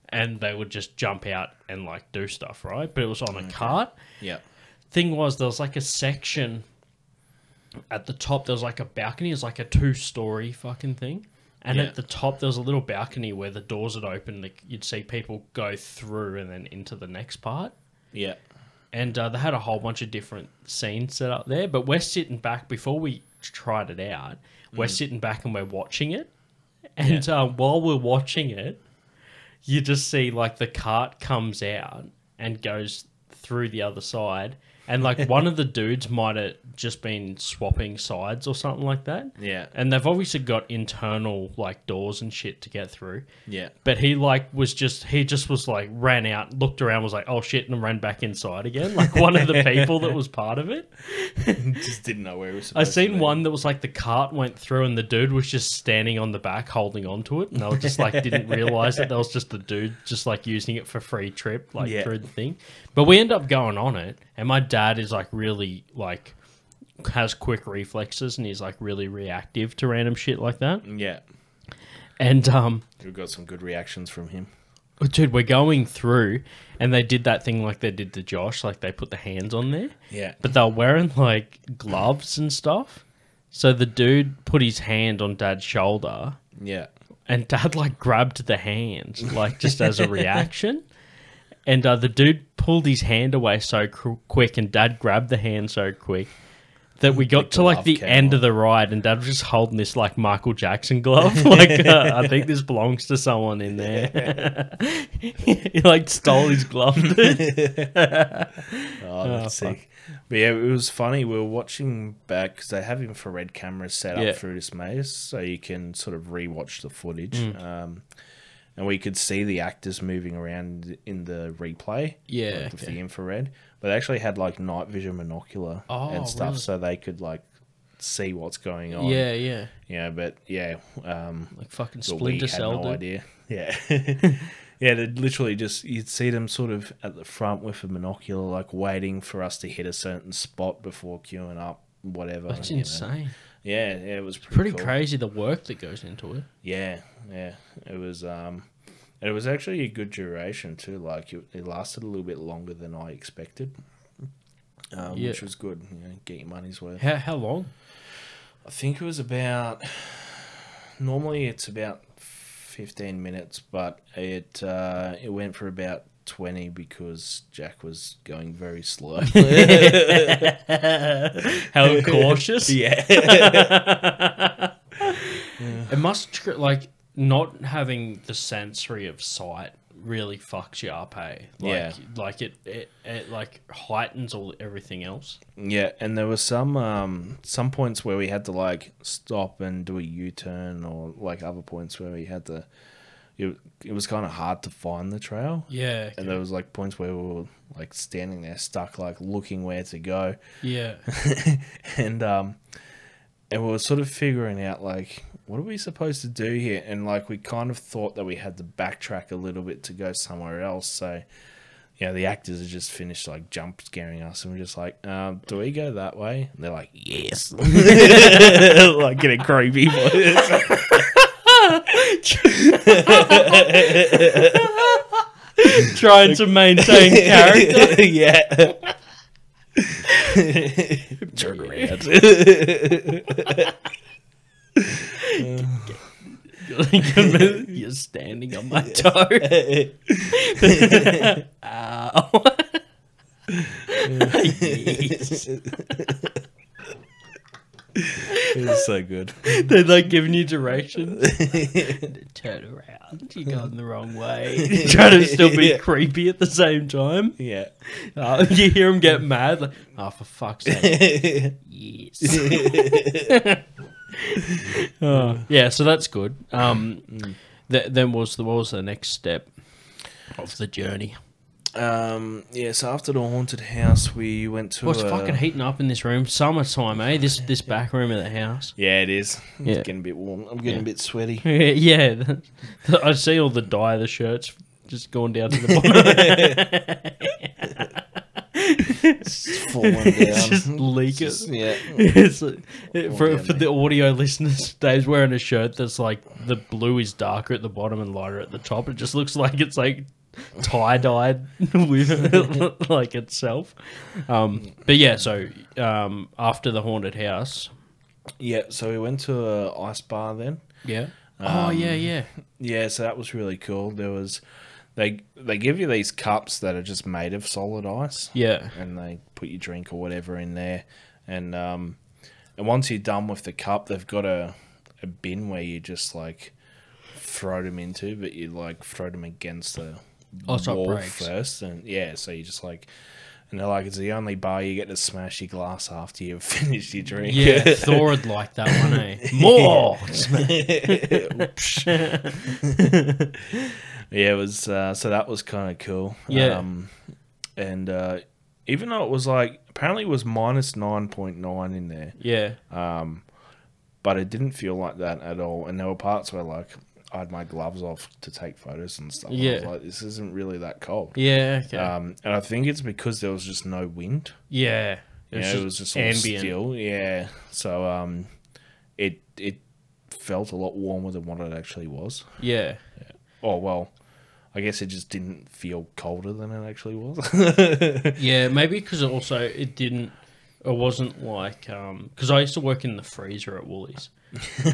and they would just jump out and like do stuff, right? But it was on a cart. yeah. thing was there was like a section at the top there was like a balcony it was like a two-story fucking thing and Yeah. at the top there was a little balcony where the doors would open like you'd see people go through and then into the next part Yeah. and uh, they had a whole bunch of different scenes set up there but we're sitting back before we tried it out we're sitting back and we're watching it and uh, while we're watching it you just see like the cart comes out and goes through the other side and like one of the dudes might have just been swapping sides or something like that Yeah. and they've obviously got internal like doors and shit to get through Yeah. but he like was just he just was like ran out looked around was like oh shit and ran back inside again like one of the people that was part of it Just didn't know where we were supposed i to seen be. one that was like the cart went through and the dude was just standing on the back holding onto it and they were just like didn't realize that that was just the dude just like using it for free trip like Yeah. through the thing but we end up going on it and my dad is like really like has quick reflexes and he's like really reactive to random shit like that Yeah. and um We got some good reactions from him. Oh, Dude, we're going through, and they did that thing like they did to Josh, like they put the hands on there, Yeah. but they were wearing like gloves and stuff. So the dude put his hand on Dad's shoulder, Yeah. and Dad like grabbed the hand, like just as a reaction. And uh, the dude pulled his hand away so cr- quick, and Dad grabbed the hand so quick that we got to like glove the came end off. of the ride, and Dad was just holding this like Michael Jackson glove. like uh, I think this belongs to someone in there. he like stole his glove. Dude. Oh, Ah, that's sick. But yeah, it was funny. We were watching back because they have infrared cameras set up Yeah. through this maze, so you can sort of rewatch the footage. Mm. Um, and we could see the actors moving around in the replay. Yeah, like, with okay. the infrared. But they actually had like night vision monocular Oh, and stuff, really? so they could like see what's going on. yeah, Yeah, but yeah, um, like fucking but we Splinter had Cell. no dude. idea. Yeah. yeah, they literally just, you'd see them sort of at the front with a monocular, like waiting for us to hit a certain spot before queuing up, whatever. That's you know. insane. Yeah, yeah, it was pretty, Pretty cool. crazy the work that goes into it. Yeah, yeah. It was, um, it was actually a good duration too. Like it, it lasted a little bit longer than I expected, um, Yeah. which was good. You know, get your money's worth. How how long? I think it was about. Normally, it's about fifteen minutes, but it uh, it went for about twenty because Jack was going very slow. How cautious? yeah, It must tr- like not having the sensory of sight really fucks you up, hey? Like, Yeah. Like it, it, it like heightens all everything else. yeah. And there were some um, some points where we had to like stop and do a U turn, or like other points where we had to. It, it was kind of hard to find the trail. Yeah. And there was like points where we were like standing there stuck, like looking where to go. Yeah. and um and we were sort of figuring out like what are we supposed to do here and like we kind of thought that we had to backtrack a little bit to go somewhere else so you know the actors had just finished like jump scaring us and we're just like um do we go that way and they're like yes like in a creepy voice Trying to maintain character. yeah turn around You're standing on my toe. Ow. Yes. It was so good. They're like giving you directions. Turn around. You're going the wrong way. Trying to still be Yeah. creepy at the same time. Yeah. Uh, you hear him get mad. Like, oh, for fuck's sake. yes. Uh, yeah, so that's good. Um, th- then was the, what was the next step of the journey? Um, yeah, so after the haunted house, we went to. Well, uh, it's a- fucking heating up in this room. Summertime, eh? This this back room of the house. Yeah, it is. It's Yeah. getting a bit warm. I'm getting Yeah. a bit sweaty. yeah, the- the- I see all the dye of the shirts just going down to the bottom. It's falling down. it's just leaking. Just- yeah. It's, uh, for, down for the audio listeners, Dave's wearing a shirt that's like the blue is darker at the bottom and lighter at the top. It just looks like it's like tie dyed with like itself. Um, but yeah, so um, after the haunted house, Yeah, so we went to a ice bar then. yeah. Oh yeah, yeah. Um, Yeah, so that was really cool. There was they they give you these cups that are just made of solid ice. Yeah. And they put your drink or whatever in there. And um and once you're done with the cup, they've got a a bin where you just like throw them into, but you like throw them against the Oh, so it breaks. first and yeah, so you just like and they're like it's the only bar you get to smash your glass after you've finished your drink. Yeah, Thor would like that one, eh? More! Yeah, it was. Uh, so that was kind of cool. Yeah. Um, and uh, even though it was like apparently it was minus nine point nine in there, yeah. but it didn't feel like that at all. And there were parts where like I had my gloves off to take photos and stuff. I was Yeah. like, this isn't really that cold. Yeah, okay. Um, and I think it's because there was just no wind. yeah. You know, it was just all still. Yeah. So um, it it felt a lot warmer than what it actually was. Yeah. Oh well. I guess it just didn't feel colder than it actually was. Yeah, maybe because also it didn't, it wasn't like, um, because I used to work in the freezer at Woolies.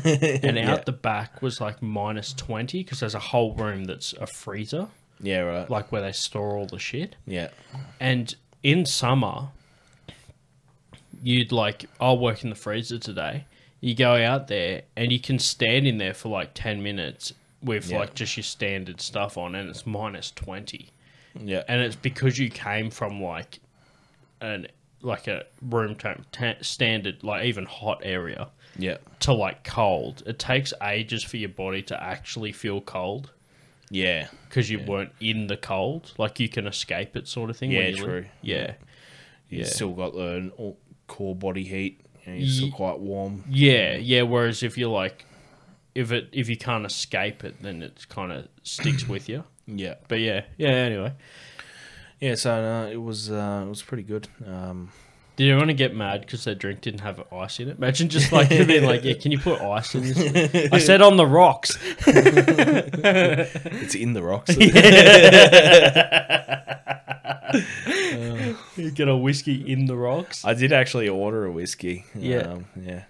and out the back was like minus 20 because there's a whole room that's a freezer, Yeah, right. like where they store all the shit. yeah. And in summer, you'd like, I'll work in the freezer today. You go out there and you can stand in there for like 10 minutes with Yeah. like just your standard stuff on, and it's minus 20. Yeah. And it's because you came from like an, like a room temp, ta standard, like even hot area yeah. to like cold. It takes ages for your body to actually feel cold Yeah. because you weren't in the cold. Like you can escape it, sort of thing. when Yeah, you leave. true. Yeah. You still got the all- core body heat. And you're Ye- still quite warm. Yeah, yeah. Whereas if you're like, if it if you can't escape it, then it kind of sticks with you. Yeah. But yeah, yeah. Anyway, Yeah, so uh, it was uh, it was pretty good. Um, did anyone get mad because their drink didn't have ice in it? Imagine just like being like, yeah, can you put ice in this? I said on the rocks. it's in the rocks. You get a whiskey in the rocks. I did actually order a whiskey. Yeah. Um, yeah.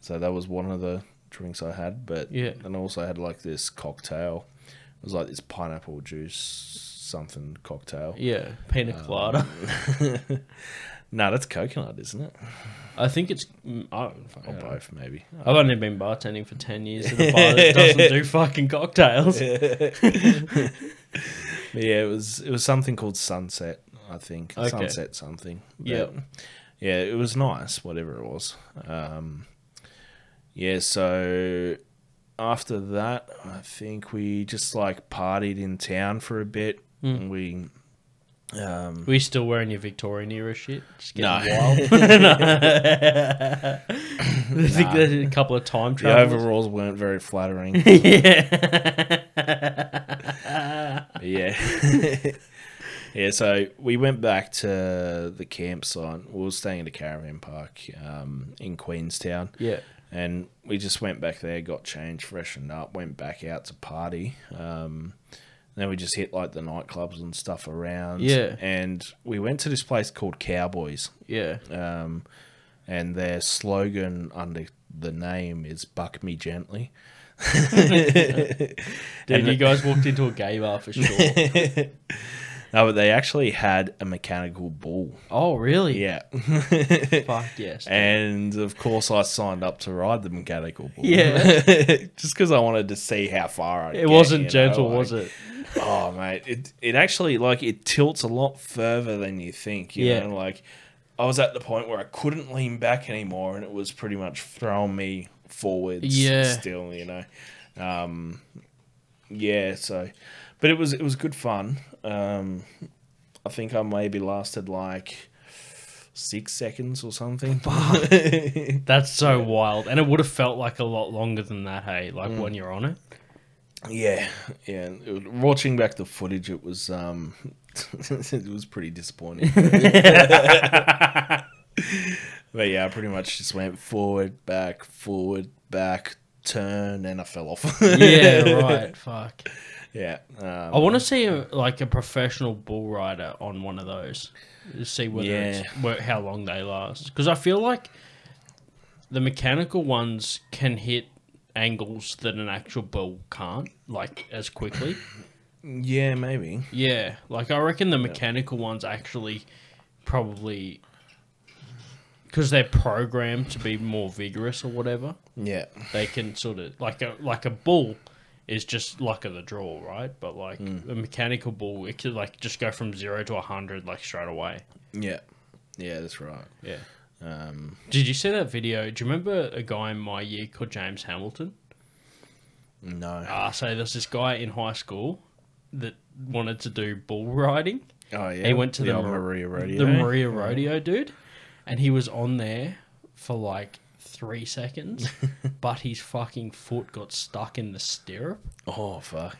So that was one of the drinks I had, but Yeah. and I also had like this cocktail. It was like this pineapple juice something cocktail. Yeah, pina Um, colada. No, that's coconut, isn't it? I think it's. mm, I don't fucking Or know. both, maybe. I've only been bartending for 10 years at a bar that doesn't do fucking cocktails. But yeah, it was it was something called Sunset, I think. Okay. Sunset something. But, Yep. Yeah, it was nice, whatever it was. Um, yeah, so after that, I think we just like partied in town for a bit. Hmm. And we Were you still wearing your Victorian era shit? Just getting No. wild? No. I think there's a couple of time the travel. overalls weren't very flattering. But yeah. yeah, so we went back to the campsite. We were staying at a caravan park um, in Queenstown. Yeah. And we just went back there, got changed, freshened up, went back out to party. Um, then we just hit like the nightclubs and stuff around. Yeah. And we went to this place called Cowboys. Yeah. Um, and their slogan under the name is Buck Me Gently. Dude, you guys walked into a gay bar for sure. No, but they actually had a mechanical bull. Oh, really? Yeah. Fuck yes. and of course, I signed up to ride the mechanical bull. Yeah. just because I wanted to see how far I. it wasn't gentle, was it? Oh mate, it it actually like it tilts a lot further than you think. You Yeah. know, like I was at the point where I couldn't lean back anymore, and it was pretty much throwing me forwards. Yeah. Still, you know, um, yeah. So, but it was it was good fun. Um, I think I maybe lasted like six seconds or something. That's so wild. And it would have felt like a lot longer than that, hey, like when you're on it. Yeah, yeah. and it was- Watching back the footage, it was um, it was pretty disappointing. but yeah, I pretty much just went forward, back, forward, back, turn, and I fell off. Yeah, right. Fuck. yeah. I Um, want to see a, like a professional bull rider on one of those, to see whether it's, wh- how long they last. Because I feel like the mechanical ones can hit angles that an actual bull can't, like as quickly. yeah, maybe. Yeah, like I reckon the mechanical ones actually probably because they're programmed to be more vigorous or whatever. Yeah, They can sort of like a like a bull is just luck of the draw, right? But like a mechanical bull, it could like just go from zero to hundred like straight away. yeah, yeah. That's right. Yeah. Um, Did you see that video? Do you remember a guy in my year called James Hamilton? no. Ah, so there's this guy in high school that wanted to do bull riding. oh yeah. he went to the old Mar- Maria Radio. the Maria Rodeo dude, and he was on there for like three seconds, but his fucking foot got stuck in the stirrup oh fuck.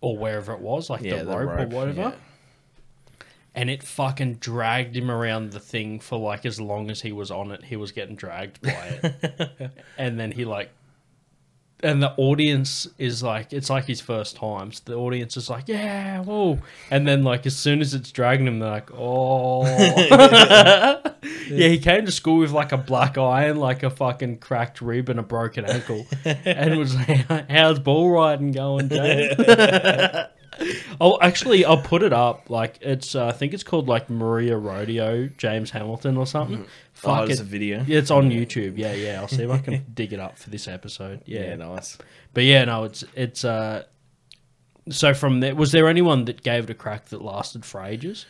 or wherever it was, like the, Yeah, the rope, rope, or whatever. yeah. And it fucking dragged him around the thing for like as long as he was on it. He was getting dragged by it, and then he like. And the audience is like, it's like his first time. So the audience is like, yeah, whoa. And then, like, as soon as it's dragging him, they're like, oh. Yeah, he came to school with like a black eye and like a fucking cracked rib and a broken ankle, and was like, "How's bull riding going, James?" oh, actually, I'll put it up. Like, it's uh, I think it's called like Maria Rodeo James Hamilton or something. Fuck Oh, it's it. a video. Yeah, it's on YouTube. Yeah, yeah. I'll see if I can dig it up for this episode. Yeah, Yeah, nice. but yeah, no, it's it's. uh So from there, was there anyone that gave it a crack that lasted for ages?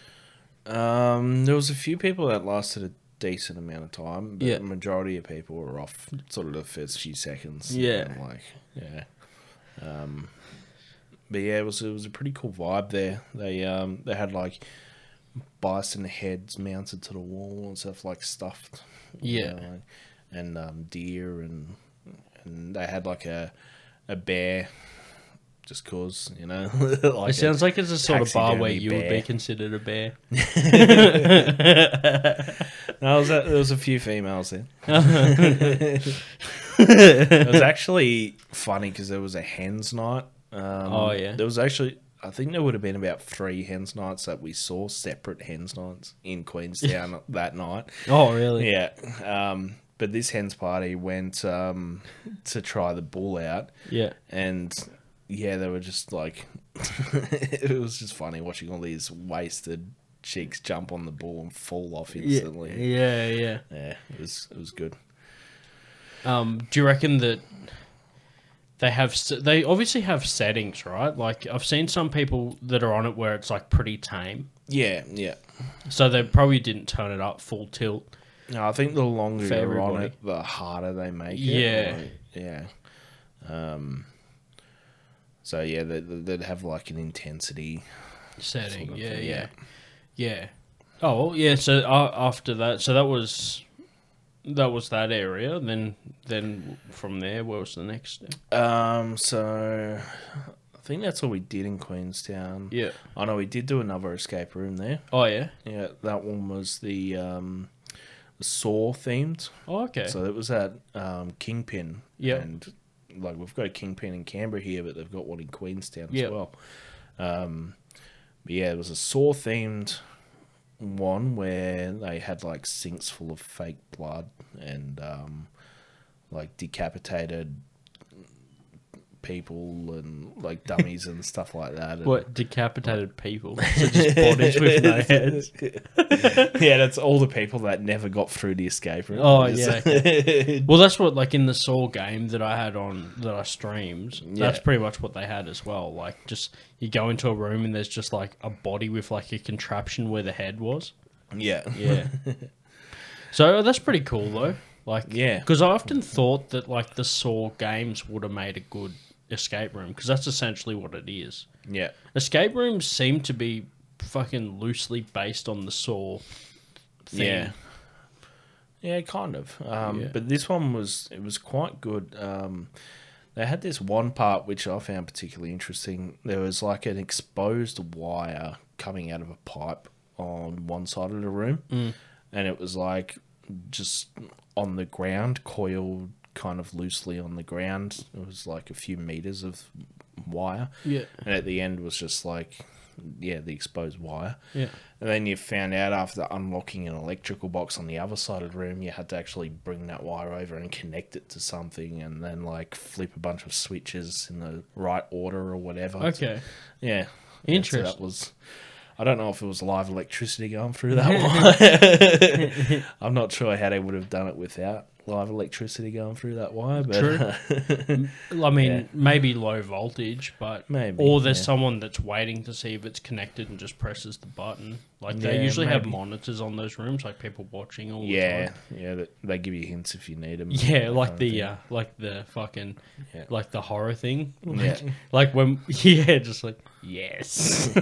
Um, there was a few people that lasted a decent amount of time, but Yeah. the majority of people were off sort of the first few seconds. Yeah. I'm like yeah. Um, but yeah, it was it was a pretty cool vibe there. They um they had like bison heads mounted to the wall and stuff like stuffed. you Yeah. know, like- and um, deer and and they had like a a bear. Just cause you know, like It sounds like it's a sort of bar where taxidermy you would bear. be considered a bear. No, it was a, there was a few females there. it was actually funny because there was a hens night. Um, Oh, yeah. there was actually. I think there would have been about three hens nights that we saw separate hens nights in Queenstown that night. Oh, really? Yeah, um, but this hens party went um, to try the bull out, Yeah. and yeah, they were just like, it was just funny watching all these wasted chicks jump on the bull and fall off instantly. Yeah, yeah. Yeah, it was it was good. Um, do you reckon that they have s- they obviously have settings, right? Like I've seen some people that are on it where it's like pretty tame. Yeah, yeah. So they probably didn't turn it up full tilt. No, I think the longer For you're on everybody. it, the harder they make Yeah. it. like, yeah. Um. So yeah, they, they'd have like an intensity. Setting. sort of yeah, thing, yeah. Yeah. Oh, well, yeah, so uh, after that, so that was that was that area, then then from there what was the next step? Um. So I think that's all we did in Queenstown. Yeah. I know we did do another escape room there. Oh, yeah. Yeah, that one was the um, Saw themed. Oh, okay. So it was at um, Kingpin. Yep. And like we've got a Kingpin in Canberra here, but they've got one in Queenstown Yep. as well. Um, but yeah, it was a saw themed one where they had like sinks full of fake blood and um, like decapitated people and like dummies and stuff like that. And- What decapitated people? So just bodies with no heads. yeah, that's all the people that never got through the escape room. Oh, Just- yeah, Well, that's what like in the Saw game that I had on that I streamed. That's Yeah. pretty much what they had as well. Like just you go into a room and there's just like a body with like a contraption where the head was. yeah, Yeah. so oh, that's pretty cool though. Like Yeah. because I often thought that like the Saw games would have made a good escape room because that's essentially what it is. yeah. Escape rooms seem to be fucking loosely based on the Saw. Thing. Yeah. Yeah, kind of. Um, Yeah. But this one was it was quite good. Um, they had this one part which I found particularly interesting. There was like an exposed wire coming out of a pipe on one side of the room, Mm. and it was like just on the ground, coiled kind of loosely on the ground. It was like a few meters of wire, Yeah. and at the end was just like yeah, the exposed wire. Yeah. And then you found out after unlocking an electrical box on the other side of the room, you had to actually bring that wire over and connect it to something and then like flip a bunch of switches in the right order or whatever. Okay. Yeah. Yeah, so that Interesting. was I don't know if it was live electricity going through that wire. I'm not sure how they would have done it without live electricity going through that wire, but True. I mean, Yeah. maybe low voltage, but Maybe, or there's yeah. someone that's waiting to see if it's connected and just presses the button. Like they Yeah, usually have maybe. monitors on those rooms, like people watching all the yeah, time. yeah, they- they give you hints if you need them. Yeah, like the uh, like the fucking Yeah. like the horror thing. Yeah. Like when yeah, just like yes.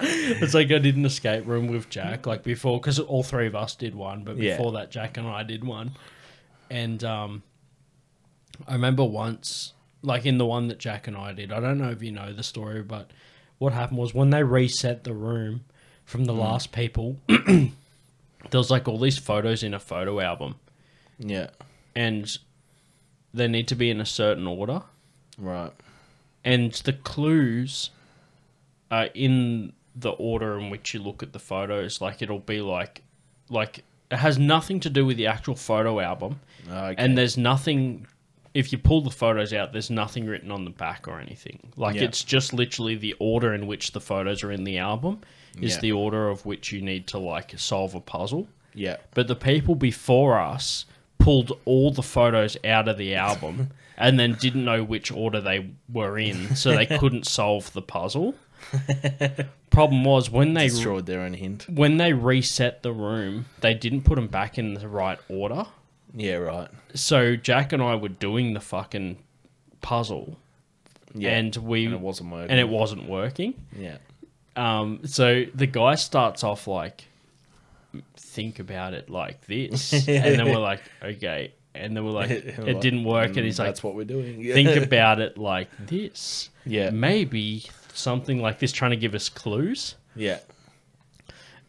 it's like I did an escape room with Jack, like before, because all three of us did one, but Yeah. before that, Jack and I did one. And um, I remember once, like in the one that Jack and I did, I don't know if you know the story, but what happened was when they reset the room from the last people, there was like all these photos in a photo album, yeah, and they need to be in a certain order right. and the clues are in the order in which you look at the photos like it'll be like like it has nothing to do with the actual photo album Ah, Okay. and there's nothing if you pull the photos out there's nothing written on the back or anything like Yeah. it's just literally the order in which the photos are in the album is Yeah. the order of which you need to like solve a puzzle yeah, but the people before us pulled all the photos out of the album and then didn't know which order they were in, so they couldn't solve the puzzle. Problem was when they destroyed their own hint. when they reset the room, they didn't put them back in the right order. Yeah, right. So Jack and I were doing the fucking puzzle, Yeah, and we and it wasn't working. and it wasn't working. yeah, Um, so the guy starts off like, think about it like this, and then we're like, okay, and then we're like, We're it like, didn't work, and Mm, he's like, that's what we're doing. Yeah. think about it like this, Yeah. maybe something like this, trying to give us clues, yeah,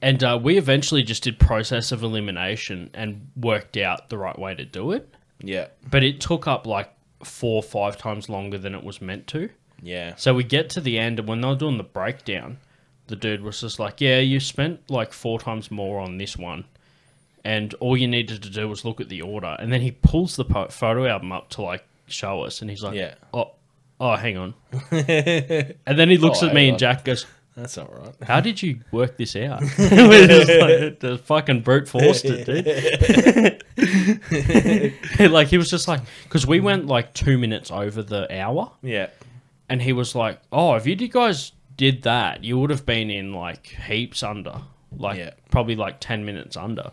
and uh, we eventually just did process of elimination and worked out the right way to do it, yeah, but it took up like four or five times longer than it was meant to. yeah, So we get to the end, and when they were doing the breakdown, the dude was just like, "Yeah, you spent like four times more on this one, and all you needed to do was look at the order." And then he pulls the po- photo album up to like show us, and he's like, Yeah. oh, oh, hang on." and then he looks Oh, at me hang and on. Jack goes, that's all right. "How did you work this out?" We're just like, "The fucking brute forced it, dude." like he was just like, because we went like two minutes over the hour Yeah, and he was like, "Oh, if you d- guys did that, you would have been in like heaps under, like Yeah. probably like ten minutes under."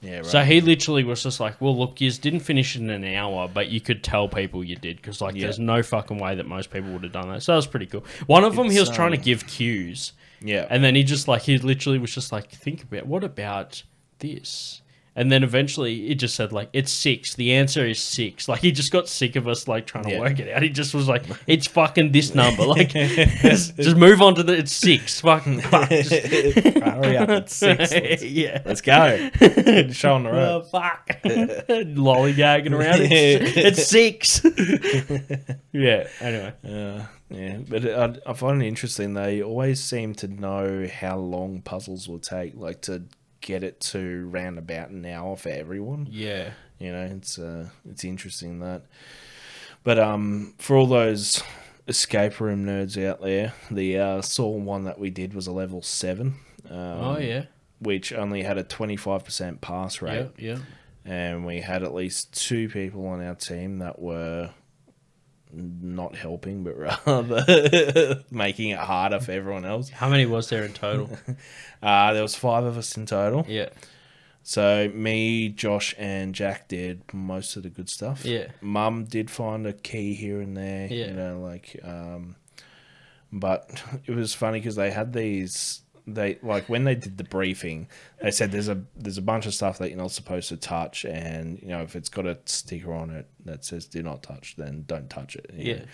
yeah, right. So he literally was just like, "Well, look, you didn't finish in an hour, but you could tell people you did because like, Yeah. there's no fucking way that most people would have done that." So that was pretty cool. One of them, he was It's, trying to um, give cues, yeah, and then he just like he literally was just like, "Think about what about this." And then eventually it just said like it's six. The answer is six. Like he just got sick of us like trying to Yeah. work it out. He just was like, it's fucking this number. Like just just move on to the it's six. Fucking fuck. Just- uh, hurry up, it's six. Let's, yeah. let's go. Show on the Oh, road. fuck. Lollygagging around. It's, it's six. yeah. Anyway. Yeah, yeah, but I, I find it interesting. They always seem to know how long puzzles will take, like to get it to round about an hour for everyone. Yeah. You know, it's uh, it's interesting that. But um, for all those escape room nerds out there, the uh, Saw one that we did was a level seven. Um, oh yeah, Which only had a twenty five percent pass rate yeah, yeah. and we had at least two people on our team that were not helping but rather making it harder for everyone else How many was there in total? uh, there was five of us in total yeah, so me josh and jack did most of the good stuff Yeah. mum did find a key here and there Yeah. you know like um but it was funny because they had these they like when they did the briefing they said there's a there's a bunch of stuff that you're not supposed to touch and you know if it's got a sticker on it that says do not touch then don't touch it you Yeah. know.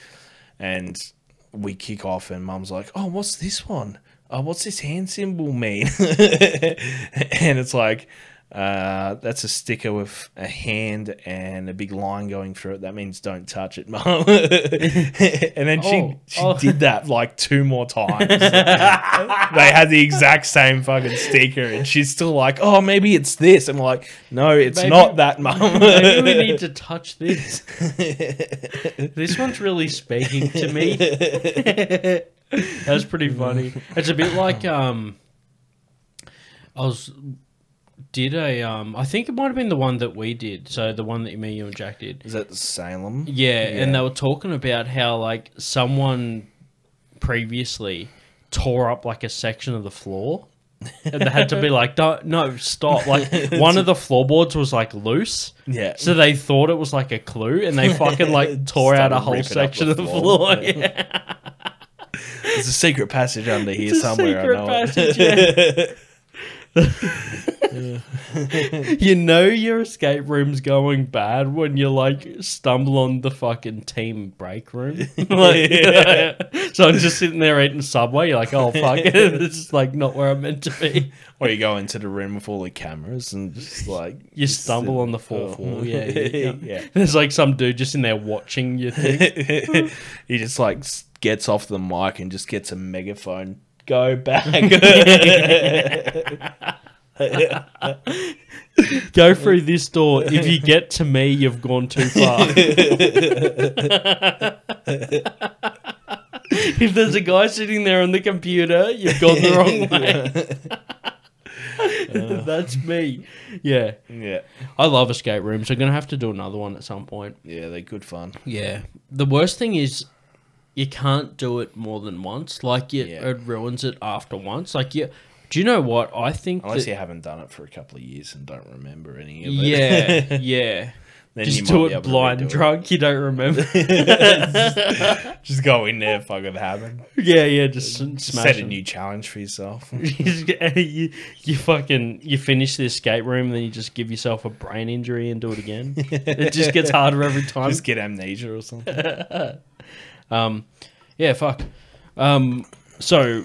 and we kick off and mum's like oh what's this one oh what's this hand symbol mean and it's like uh, that's a sticker with a hand and a big line going through it. That means don't touch it, mum. and then Oh, she, she oh. did that like two more times. they had the exact same fucking sticker, and she's still like, "Oh, maybe it's this." I'm like, "No, it's Maybe- not that, mum." maybe we need to touch this. this one's really speaking to me. That's pretty funny. It's a bit like um, I was did a um, I think it might have been the one that we did. So the one that me, you, and Jack did. Is that Salem? Yeah, and Yeah. they were talking about how like someone previously tore up like a section of the floor. and they had to be like, Don't, no, stop. Like one of the floorboards was like loose. Yeah. So they thought it was like a clue and they fucking like tore out a Started whole ripping up section the of the floor. floor. Yeah. There's a secret passage under here It's a somewhere. secret I know passage, it. yeah. you know your escape room's going bad when you like stumble on the fucking team break room. like, So I'm just sitting there eating Subway. You're like, oh fuck, this is like not where I'm meant to be. Or you go into the room with all the cameras and just like You stumble on the fourth wall. Yeah, yeah, Oh. yeah. yeah. There's like some dude just in there watching your thing. he just like s- gets off the mic and just gets a megaphone. Go back. Go through this door. If you get to me, you've gone too far. if there's a guy sitting there on the computer, you've gone the wrong way. That's me. Yeah. yeah, I love escape rooms. I'm going to have to do another one at some point. yeah, they're good fun. Yeah. The worst thing is you can't do it more than once. Like, it, Yeah. it ruins it after once. Like, you. Do you know what? I think. Unless that- you haven't done it for a couple of years and don't remember any of it. yeah. Yeah. then Just you do might be it able to blind redo it. drunk. You don't remember. Just go in there, fucking happen. yeah, yeah. Just smash Set a them. new challenge for yourself. you, you fucking you finish the escape room, then you just give yourself a brain injury and do it again. it just gets harder every time. just get amnesia or something. yeah, fuck. Um, so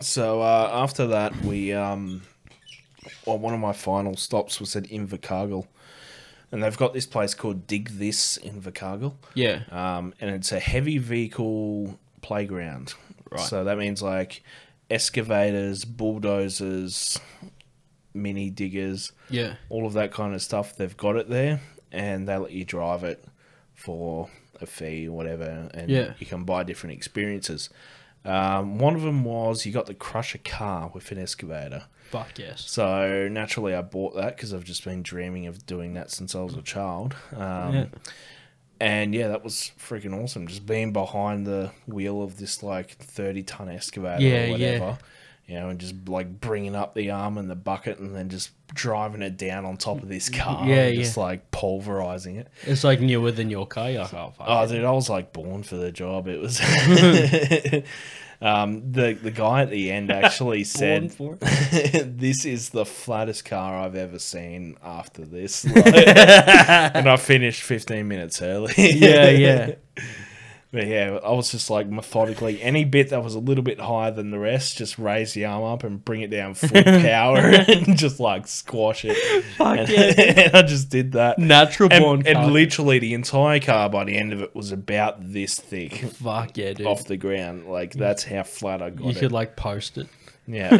So uh, after that, we um, well, one of my final stops was at Invercargill, and they've got this place called Dig This Invercargill, yeah, um, and it's a heavy vehicle playground. Right. So that means like excavators, bulldozers, mini diggers, yeah, all of that kind of stuff. They've got it there, and they let you drive it for a fee, or whatever, and Yeah. you can buy different experiences. Um, one of them was you got to crush a car with an excavator. fuck yes. So naturally, I bought that because I've just been dreaming of doing that since I was a child. Um, Yeah. And yeah, that was freaking awesome. Just being behind the wheel of this like thirty ton excavator Yeah, yeah. or whatever, you know, and just like bringing up the arm and the bucket, and then just driving it down on top of this car, Yeah, and just yeah. like pulverizing it. It's like newer than your car. You're like, oh, fuck. Oh, dude, I was like born for the job. It was. um, the the guy at the end actually Born said, for it. this is the flattest car I've ever seen after this. Like, and I finished 15 minutes early. yeah, yeah, But yeah, I was just like methodically, any bit that was a little bit higher than the rest, just raise the arm up and bring it down full power and just like squash it. fuck And, yeah. I just did that. Natural born And, car. and literally the entire car by the end of it was about this thick fuck yeah, dude. off the ground. Like that's how flat I got you it. could like post it. Yeah.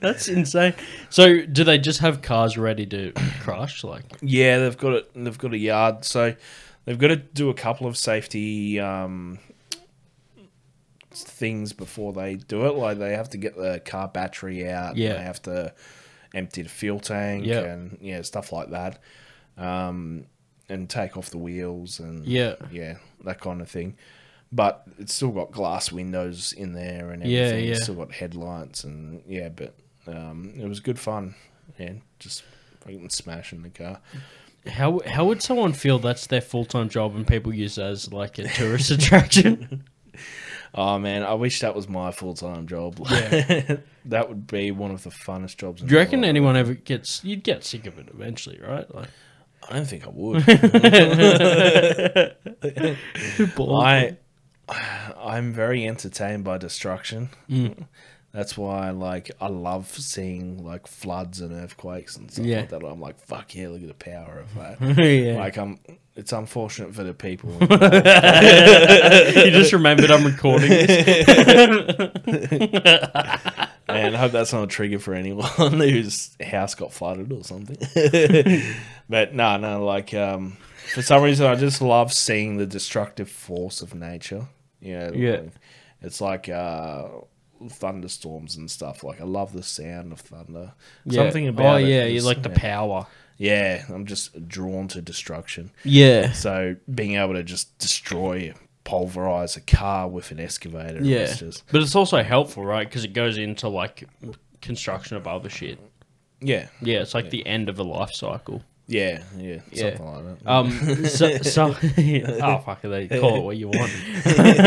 That's insane. So, do they just have cars ready to crash? Like, Yeah, they've got it. They've got a yard, so they've got to do a couple of safety um, things before they do it. Like they have to get the car battery out. Yeah. they have to empty the fuel tank Yeah. and yeah, stuff like that, um, and take off the wheels and Yeah. yeah, that kind of thing. But it's still got glass windows in there and Yeah, everything. It's yeah. still got headlights and yeah, but um, it was good fun. Yeah, just fucking smashing the car. how how would someone feel that's their full time job and people use it as like a tourist attraction? Oh man, I wish that was my full time job. that would be one of the funnest jobs. In Do you the reckon world. anyone ever gets? You'd get sick of it eventually, right? Like, I don't think I would. I, I'm very entertained by destruction. Mm. That's why, like, I love seeing like floods and earthquakes and stuff Yeah. like that. I'm like, fuck yeah, look at the power of that. yeah. Like, I'm. It's unfortunate for the people. you just remembered I'm recording this. And I hope that's not a trigger for anyone whose house got flooded or something. but no, no, like um, for some reason, I just love seeing the destructive force of nature. You know, Yeah. like, it's like uh, thunderstorms and stuff. Like I love the sound of thunder. Something about Oh it yeah, you is- like the yeah. power. Yeah, I'm just drawn to destruction. Yeah. So being able to just destroy, pulverize a car with an excavator, Yeah. is just But it's also helpful, right? Because it goes into like construction of other shit. yeah, Yeah, it's like the end of a life cycle. yeah, yeah, Yeah. something like that. Um, so, so oh fuck, it, they call it what you want.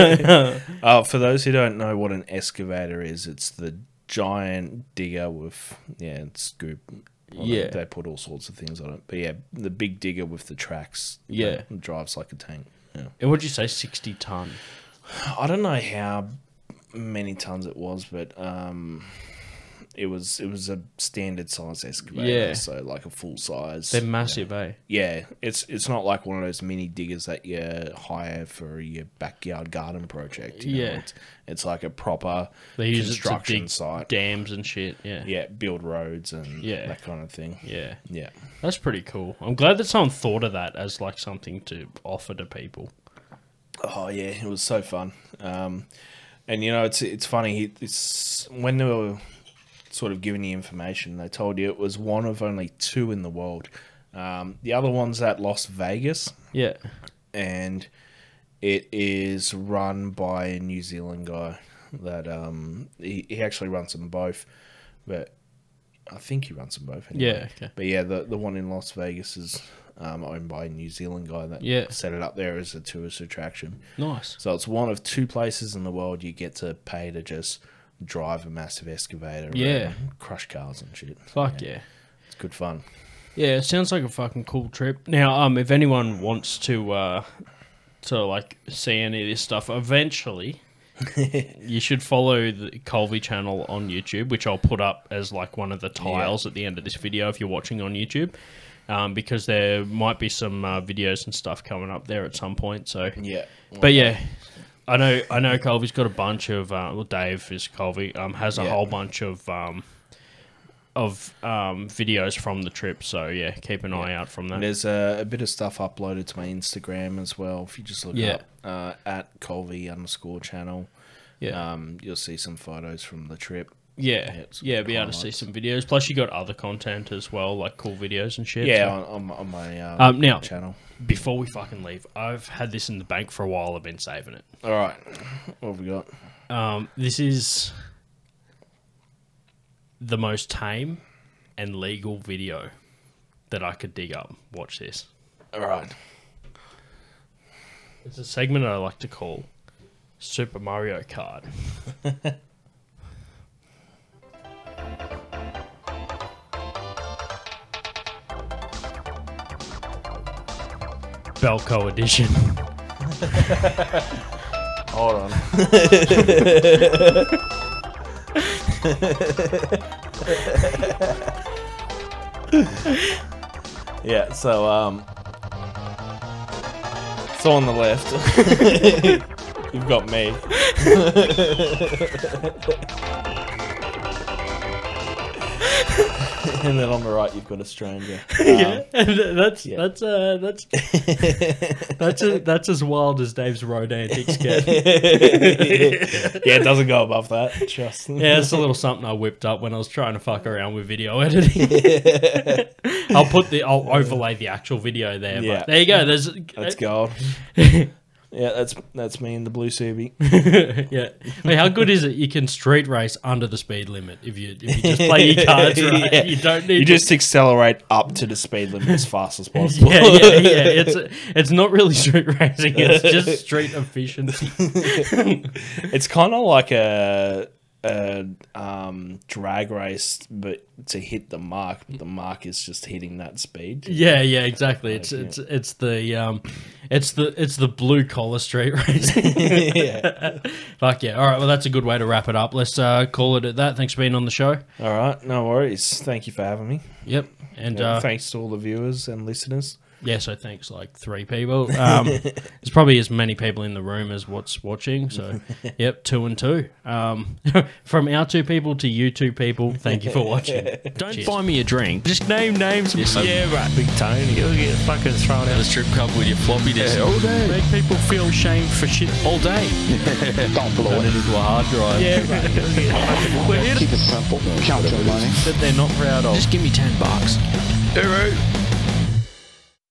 Uh, for those who don't know what an excavator is, it's the giant digger with yeah, and scoop. on it. Yeah. they put all sorts of things on it. But yeah, the big digger with the tracks. that Yeah. drives like a tank. Yeah, And What'd you say, sixty ton? I don't know how many tons it was, but um, it was it was a standard size excavator. Yeah. so like a full size. They're massive, eh? yeah, it's it's not like one of those mini diggers that you hire for your backyard garden project. you know. Yeah. it's, it's like a proper They use it to construction dig site. dams and shit. Yeah. yeah, build roads and Yeah. that kind of thing. Yeah. Yeah. that's pretty cool. I'm glad that someone thought of that as like something to offer to people. Oh yeah, it was so fun. Um, and you know, it's it's funny. It's when they were sort of giving you information, they told you it was one of only two in the world. Um, the other one's at Las Vegas, Yeah, and it is run by a New Zealand guy that um he, he actually runs them both, but I think he runs them both. yeah, okay. But yeah, the the one in Las Vegas is um, owned by a New Zealand guy that Yeah. set it up there as a tourist attraction. nice. So it's one of two places in the world you get to pay to just drive a massive excavator, around, Yeah. crush cars and shit. Fuck yeah. It's good fun. Yeah, it sounds like a fucking cool trip. Now, um, if anyone wants to, uh, to like see any of this stuff eventually, you should follow the Colby channel on YouTube, which I'll put up as like one of the tiles at the end of this video if you're watching on YouTube, um, because there might be some uh, videos and stuff coming up there at some point. So Yeah, but yeah, I know I know Colby's got a bunch of uh, well Dave is Colby um has a Yeah. whole bunch of um of um videos from the trip. So yeah, keep an eye out from that. There's a, a bit of stuff uploaded to my Instagram as well. If you just look Yeah. up uh, at Colby underscore channel, yeah, um, you'll see some photos from the trip. yeah, yeah, it's Be able to see highlights. some videos. Plus, you got other content as well, like cool videos and shit. Yeah, So- on, on, my- on my uh, Um, now- channel. before we fucking leave, I've had this in the bank for a while. I've been saving it. All right, what have we got? Um, this is the most tame and legal video that I could dig up. Watch this. All right. It's a segment I like to call Super Mario Kart. Belco edition. Hold on. yeah, so um so on the left. You've got me. and then on the right, you've got a stranger. Um, yeah, that's yeah. that's uh that's that's a, that's as wild as Dave's road antics get. yeah, Yeah, it doesn't go above that. Trust me. that's a little something I whipped up when I was trying to fuck around with video editing. I'll put the I'll overlay the actual video there. Yeah. But there you go. There's That's gold. Yeah, that's that's me in the blue Subi. yeah. Hey, how good is it? You can street race under the speed limit if you if you just play your cards right. Yeah. You don't need You to- just accelerate up to the speed limit as fast as possible. yeah, yeah, yeah. It's it's not really street racing. It's just street efficiency. It's kind of like a, a um, drag race, but to hit the mark, but the mark is just hitting that speed. Yeah, yeah, exactly. It's it's it's the um, it's the it's the blue collar street racing. yeah. Fuck yeah! All right, well that's a good way to wrap it up. Let's uh, call it at that. Thanks for being on the show. All right, no worries. Thank you for having me. Yep, and Yeah, uh, thanks to all the viewers and listeners. yeah, so thanks like three people. Um, there's probably as many people in the room as what's watching. So yep, two and two. Um, from our two people to you two people. Thank you for watching. Don't Cheers. buy me a drink. Just Name names. yeah, right. Big Tony, you'll get fucking thrown out of the strip club with your floppy disk. all day. Make people feel shame for shit all day. Don't blow Turn it. it into a hard drive. Yeah, right. We're here to Keep it simple. Count your money. That they're not proud of. Just give me ten bucks. All right.